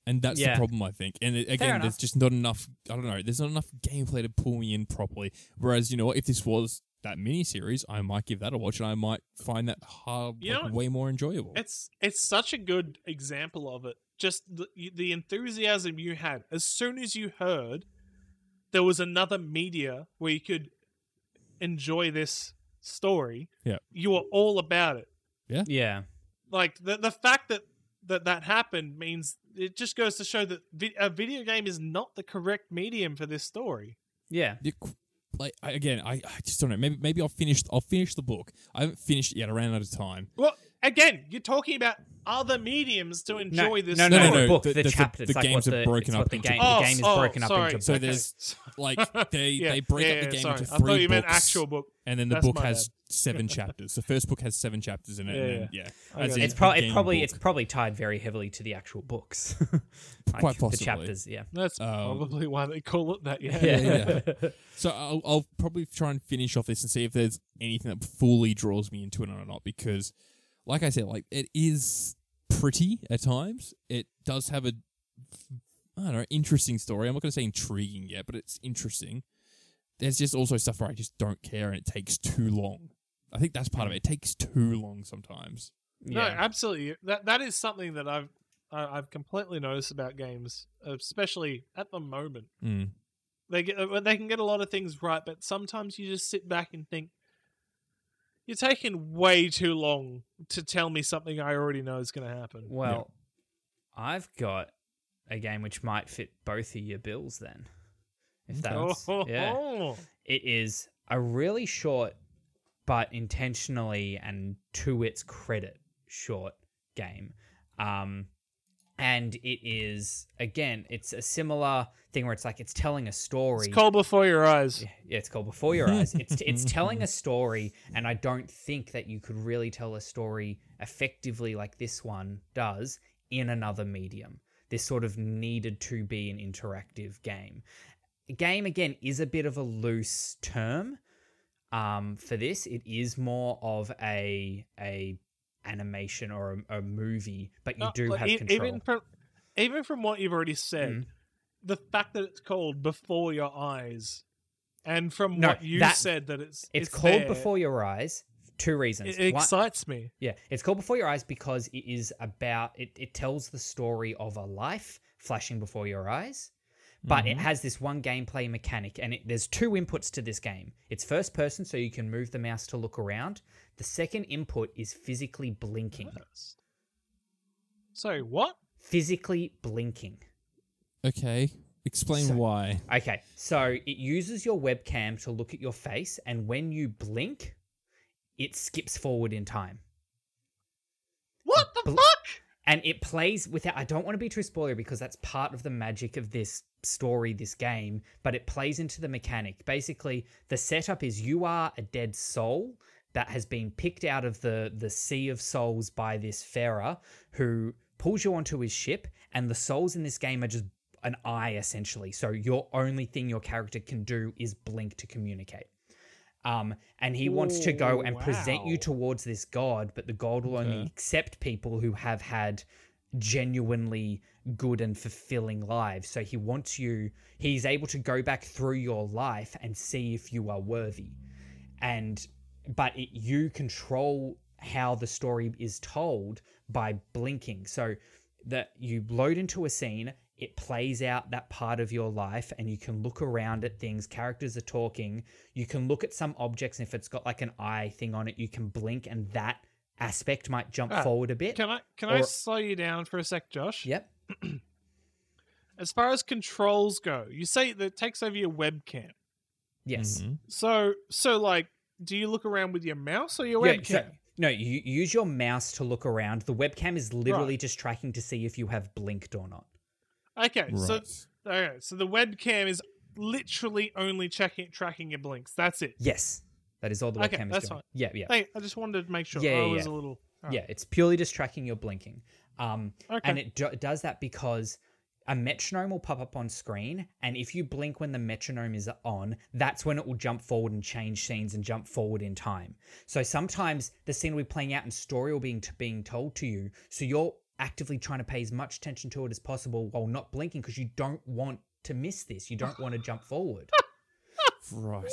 C: And that's
B: Yeah.
C: the problem, I think. And it, again, there's
B: enough.
C: just not enough. I don't know. There's not enough gameplay to pull me in properly. Whereas, you know what? If this was that mini series, I might give that a watch, and I might find that hard,
A: You
C: like,
A: know,
C: way more enjoyable.
A: It's it's such a good example of it. Just the, the enthusiasm you had as soon as you heard there was another media where you could enjoy this story.
C: Yeah.
A: you were all about it.
B: Yeah,
A: Like the the fact that that that happened means it just goes to show that vi- a video game is not the correct medium for this story.
B: yeah.
C: The qu- like I, again, I, I just don't know. Maybe maybe I'll finish. I'll finish the book. I haven't finished it yet. I ran out of time.
A: Well, again, you're talking about other mediums to enjoy this.
B: no,
A: story.
B: no, no,
C: No, no,
B: book,
C: the-
B: the,
C: the-
B: chapter. It's
C: the
B: like what
C: games are
B: the, it's
C: broken up
A: up
B: what the
C: into
B: game,
A: Oh,
B: the game is
A: oh,
B: broken up
A: sorry.
B: into.
C: So
A: Okay.
C: there's like they
A: Yeah,
C: they break
A: yeah,
C: up the game
A: sorry.
C: into three
A: I thought you
C: books,
A: meant actual book.
C: and then the
A: That's
C: book
A: my
C: has seven chapters. The first book has seven chapters in it. and then, yeah.
A: I
C: as
A: got
C: in
B: It's,
C: a
B: pro- it's
C: game
B: probably
C: book.
B: it's probably tied very heavily to the actual books. like
C: Quite
B: The
C: possibly.
B: chapters, yeah.
A: That's
C: Um,
A: probably why they call it that. Yeah.
C: Yeah, So I'll, I'll probably try and finish off this and see if there's anything that fully draws me into it or not. Because, like I said, like it is pretty at times. It does have a I don't know interesting story. I'm not going to say intriguing yet, but it's interesting. There's just also stuff where I just don't care, and it takes too long. I think that's part of it. It takes too long sometimes.
A: No,
B: Yeah.
A: absolutely. That that is something that I've I- I've completely noticed about games, especially at the moment.
C: Mm.
A: They get uh, they can get a lot of things right, but sometimes you just sit back and think you're taking way too long to tell me something I already know is going to happen.
B: Well, I've got a game which might fit both of your bills then. If that's
A: Oh,
B: yeah. It is a really short but intentionally and to its credit short game. Um and it is again, it's a similar thing where it's like it's telling a story.
A: It's cold before your eyes.
B: Yeah, it's called Before Your Eyes. It's it's telling a story, and I don't think that you could really tell a story effectively like this one does in another medium. This sort of needed to be an interactive game. Game again is a bit of a loose term um, for this. It is more of a a animation or a, a movie, but you
A: No,
B: do
A: like,
B: have
A: e-
B: control. Mm.
A: Even from, even from what you've already said, the fact that it's called Before Your Eyes And from
B: No,
A: what you
B: that-
A: said, that it's
B: It's, called
A: there, E-,
B: Before Your Eyes. Two reasons.
A: It, it
B: One-
A: excites me.
B: yeah, it's called Before Your Eyes because it is about it. It tells the story of a life flashing before your eyes, but it
C: Mm-hmm.
B: has this one gameplay mechanic, and it, there's two inputs to this game. It's first person, so you can move the mouse to look around. The second input is physically blinking.
A: Ah. So what?
B: Physically blinking.
C: Okay, explain
B: So-
C: why.
B: Okay, so it uses your webcam to look at your face, and when you blink, it skips forward in time.
A: What the
B: Bl-
A: fuck?
B: and it plays without i don't want to be too spoilery because that's part of the magic of this story this game but it plays into the mechanic basically the setup is you are a dead soul that has been picked out of the the sea of souls by this pharaoh who pulls you onto his ship and the souls in this game are just an eye essentially so your only thing your character can do is blink to communicate um, and he wants to
A: Oh,
B: go and present you
A: wow.
B: to towards this god, but the god will only
C: Okay.
B: accept people who have had genuinely good and fulfilling lives. So he wants you, he's able to go back through your life and see if you are worthy. And, but it, you control how the story is told by blinking. So that you load into a scene, it plays out that part of your life, and you can look around at things. Characters are talking. You can look at some objects, and if it's got like an eye thing on it, you can blink, and that aspect might jump
A: Ah,
B: forward a bit.
A: Can I can I
B: Or-
A: slow you down for a sec, Josh?
B: Yep.
A: As far as controls go, you say that it takes over your webcam.
B: Yes.
C: Mhm.
A: So so like, do you look around with your mouse or your
B: Yeah,
A: webcam?
B: so- no, you you use your mouse to look around. The webcam is literally
A: Right.
B: just tracking to see if you have blinked or not.
A: Okay, so
C: Right.
A: okay, so the webcam is literally only checking tracking your blinks. That's it.
B: Yes, that is all the webcam
A: Okay,
B: is
A: that's
B: doing.
A: fine.
B: Yeah, yeah,
A: Hey, I just wanted to make sure
B: Yeah,
A: I
B: yeah,
A: was
B: yeah.
A: a little all
B: yeah. It's purely just tracking your blinking. Um,
A: right. Okay.
B: and it do- does that because a metronome will pop up on screen and if you blink when the metronome is on that's when it will jump forward and change scenes and jump forward in time so sometimes the scene will be playing out and story will being being told to you so you're actively trying to pay as much attention to it as possible while not blinking because you don't want to miss this you don't want to jump forward
C: Right.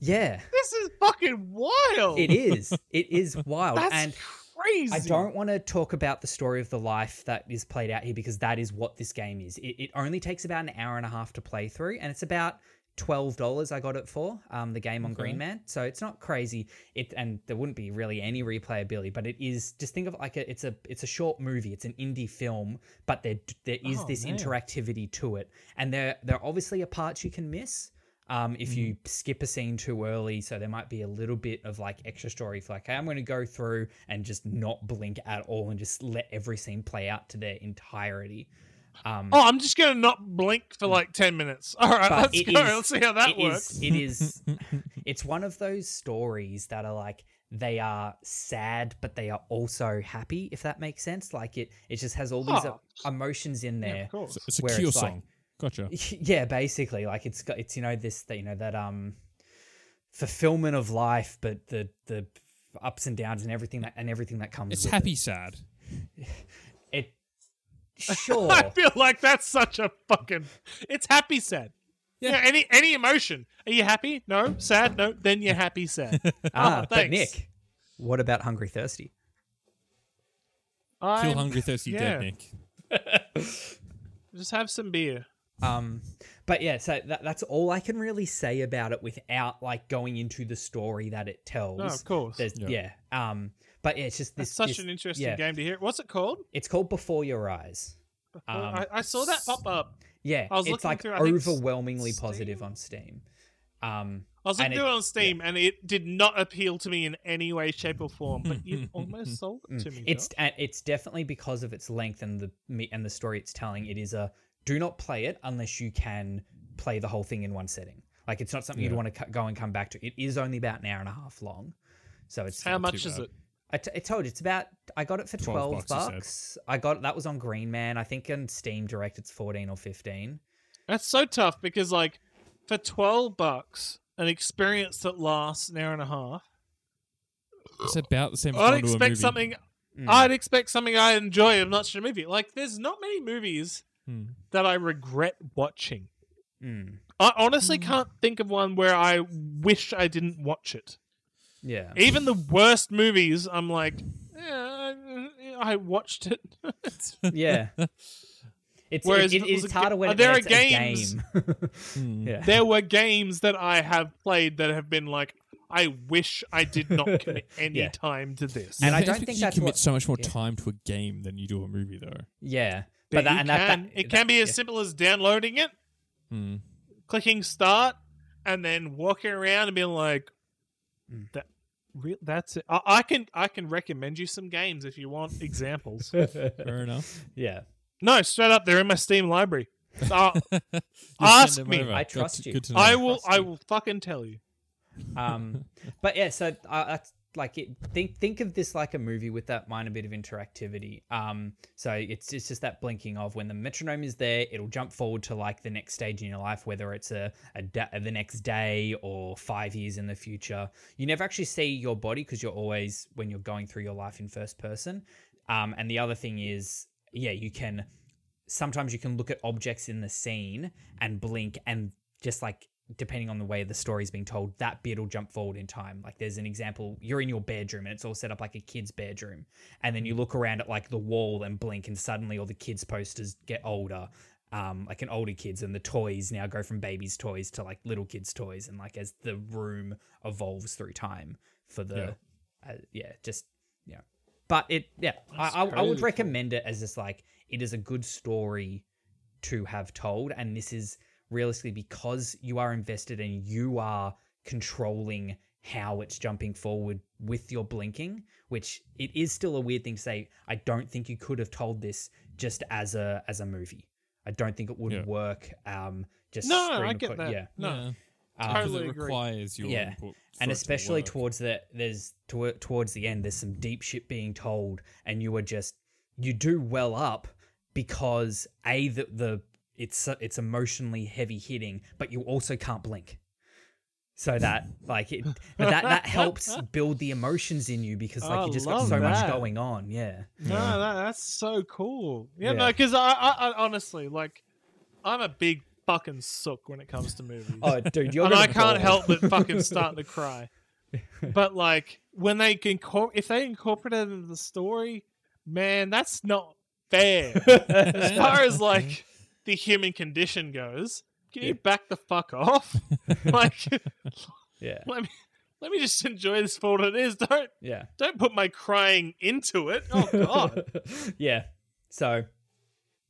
B: yeah
A: this is fucking wild.
B: it is it is wild
A: That's
B: and
A: crazy.
B: I don't want to talk about the story of the life that is played out here because that is what this game is. It, it only takes about an hour and a half to play through, and it's about twelve dollars. I got it for um, the game on
C: Okay.
B: Green Man, so it's not crazy. It and there wouldn't be really any replayability, but it is just think of it like a it's a it's a short movie. It's an indie film, but there there is
C: Oh,
B: this
C: man.
B: interactivity to it, and there there obviously are parts you can miss. Um, if you
A: Mm.
B: skip a scene too early, so there might be a little bit of like extra story for like, hey, I'm going to go through and just not blink at all and just let every scene play out to their entirety. Um,
A: Oh, I'm just gonna not blink for like ten minutes. All right,
B: Mm. But
A: let's
B: it
A: go.
B: is-
A: let's see how that
B: it
A: works.
B: is- it is, it's one of those stories that are like they are sad, but they are also happy. If that makes sense, like it, it just has all these
A: Oh.
B: uh, emotions in
A: Yeah,
B: there.
A: of course.
C: So it's a
B: Where
C: Cure
B: it's like-
C: song. Gotcha.
B: yeah basically like it's got it's you know this that you know that um fulfillment of life but the the ups and downs and everything that and everything that comes
C: It's
B: with
C: happy sad.
B: it, it sure
A: I feel like that's such a fucking. It's happy sad. Yeah.
C: Yeah.
A: any any emotion. Are you happy? No. Sad? No. Then you're happy sad.
B: ah
A: Oh,
B: but
A: thanks.
B: nick what about hungry thirsty
A: I
C: Feel hungry, thirsty,
A: yeah.
C: dead, Nick.
A: just have some beer.
B: um but yeah so that, that's all i can really say about it without like going into the story that it tells
A: No, of course.
B: There's, yeah.
C: Yeah.
B: um but yeah it's just this
A: That's such
B: this-
A: an interesting
B: yeah.
A: game to hear. What's it called?
B: it's called before your eyes Um,
A: I, I saw that pop up.
B: Yeah,
A: I was
B: it's
A: looking
B: like
A: through, I think,
B: overwhelmingly positive
A: Steam?
B: on Steam. Um,
A: I was looking
B: and
A: through
B: it-
A: it on Steam, and it did not appeal to me in any way, shape, or form. But you almost sold it to me.
B: mm, it's and it's definitely because of its length and the me- and the story it's telling. It is a do not play it unless you can play the whole thing in one setting. Like it's not something you'd
C: Yeah.
B: want to go and come back to. It is only about an hour and a half long, so it's
A: Josh. how
C: not
A: much
C: too
A: is
C: bad.
A: it?
B: I, t- I told you it's about I got it for 12,
C: 12 bucks, you said.
B: bucks. I got that was on Green Man. I think on Steam Direct it's 14 or 15.
A: That's so tough because like for twelve bucks, an experience that lasts an hour and a half.
C: It's about the same. as
A: I'd
C: going to a movie. Hmm.
A: expect something.
B: Mm.
A: I'd expect something I enjoy and not watch a movie. Like, there's not many movies
C: Hmm.
A: that I regret watching.
B: Mm.
A: I honestly can't think of one where I wish I didn't watch it.
B: Yeah.
A: Even the worst movies, I'm like, yeah, I, I watched it. It's-
B: yeah. It's,
A: Whereas
B: it,
A: if
B: it
A: it was
B: is
A: a
B: harder
A: ga-
B: when
A: are there
B: it's
A: a
B: a
A: games?
B: game.
C: Hmm.
B: yeah.
A: there were games that I have played that have been like, I wish I did not commit any
B: Yeah.
A: time to this.
B: And I
C: it's
B: don't
C: because
B: think
C: you
B: that's
C: commit
B: what-
C: so much more
B: yeah.
C: time to a game than you do a movie, though.
B: Yeah.
A: But
B: that
A: you
B: and that,
A: can,
B: that
A: it can be as
B: yeah.
A: simple as downloading it,
C: Hmm.
A: clicking start, and then walking around and being like,
B: Mm.
A: that. Real, that's it. I, I can I can recommend you some games if you want examples.
C: Fair enough.
B: yeah.
A: no, straight up, they're in my Steam library. Uh,
C: You
A: Ask
C: send them
A: me.
C: over.
B: I
C: Good
B: trust
C: to-
B: you.
C: good to know.
A: I will
B: Trust
A: I
B: me.
A: will fucking tell you.
B: um but yeah so uh, that's like it, think think of this like a movie with that minor bit of interactivity um so it's it's just that blinking of when the metronome is there it'll jump forward to like the next stage in your life whether it's a, a da- the next day or 5 years in the future you never actually see your body because you're always when you're going through your life in first person um and the other thing is yeah you can sometimes you can look at objects in the scene and blink and just like depending on the way the story's being told that bit will jump forward in time like there's an example you're in your bedroom and it's all set up like a kid's bedroom and then you look around at like the wall and blink and suddenly all the kids posters get older um, like an older kids and the toys now go from babies toys to like little kids toys and like as the room evolves through time for the yeah, uh, yeah just yeah but it yeah I, I, I
A: crazy
B: would
A: cool.
B: recommend it as just like it is a good story to have told and this is realistically because you are invested and you are controlling how it's jumping forward with your blinking which it is still a weird thing to say i don't think you could have told this just as a as a movie i don't think it would
C: Yeah.
B: work um just
A: No, I
B: screen
A: get
B: record-
A: that.
B: yeah
A: No.
C: Yeah.
B: Um,
C: Because
A: Totally
C: it
A: agree.
C: requires your
B: Yeah.
C: input
B: and
C: for it to
B: especially
C: work.
B: towards the there's to, towards the end there's some deep shit being told and you are just you do well up because a the, the it's it's emotionally heavy hitting but you also can't blink so that like it but that that helps build the emotions in you because like
A: I
B: you just got
A: love
B: so much
A: that.
B: going on yeah
A: No, that, that's so cool. Yeah,
B: Yeah.
A: no, because I, I, I honestly like, I'm a big fucking sook when it comes to movies,
B: oh dude you're
A: and
B: gonna
A: I can't
B: ball.
A: help but fucking start to cry. But like when they can, if they incorporate it into the story, man, that's not fair. as far as like the human condition goes, can you back the fuck off? like,
B: yeah
A: let me let me just enjoy this for what it is. Don't
B: yeah
A: don't put my crying into it. Oh god.
B: yeah so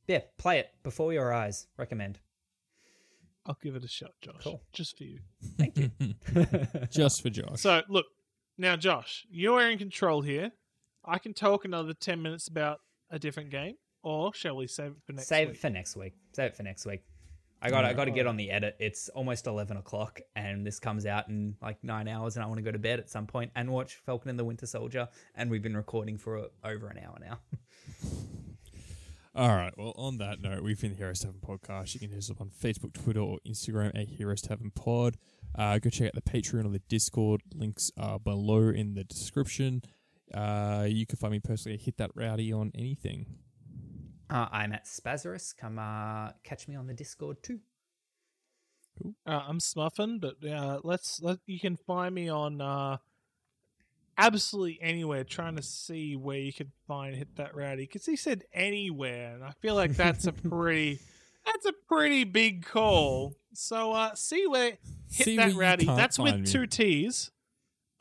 B: yeah play it before your eyes recommend
A: I'll give it a shot, Josh.
B: Cool.
A: Just for you.
B: thank you
C: just for Josh.
A: So, look, now, Josh, you're in control here. I can talk another 10 minutes about a different game, or shall we save it for next
B: Save
A: week?
B: it for next week. Save it for next week. I got I got to get on the edit. It's almost eleven o'clock, and this comes out in like nine hours, and I want to go to bed at some point and watch Falcon and the Winter Soldier. And we've been recording for uh, over an hour now.
C: All right. Well, on that note, we've been the Heroes to Heaven podcast. You can hit us up on Facebook, Twitter, or Instagram at Heroes to Heaven Pod. Uh, go check out the Patreon or the Discord. Links are below in the description. Uh, you can find me personally at Hit That Rowdy on anything.
B: Uh, I'm at Spazarus. Come uh, catch me on the Discord too.
A: Uh, I'm smuffing, but uh, let's let you can find me on uh, absolutely anywhere. Trying to see where you can find hit that rowdy because he said anywhere, and I feel like that's a pretty that's a pretty big call. So uh, see where hit
C: See where
A: that
C: you
A: rowdy.
C: can't
A: That's with
C: find me.
A: two T's,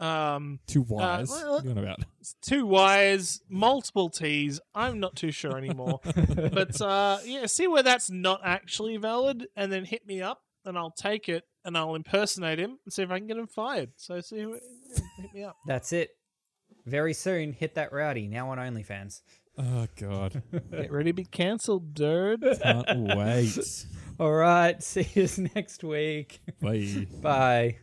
A: um,
C: Two Y's.
A: well-
C: What are you on about?
A: two Y's, multiple T's. I'm not too sure anymore, but uh, yeah, see where that's not actually valid, and then hit me up, and I'll take it, and I'll impersonate him, and see if I can get him fired. So see, who, hit me up.
B: That's it. Very soon, hit that rowdy now on OnlyFans.
C: Oh, God.
A: Get ready to be cancelled, dude.
C: Can't wait.
B: All right, see you next week.
C: Bye.
B: Bye.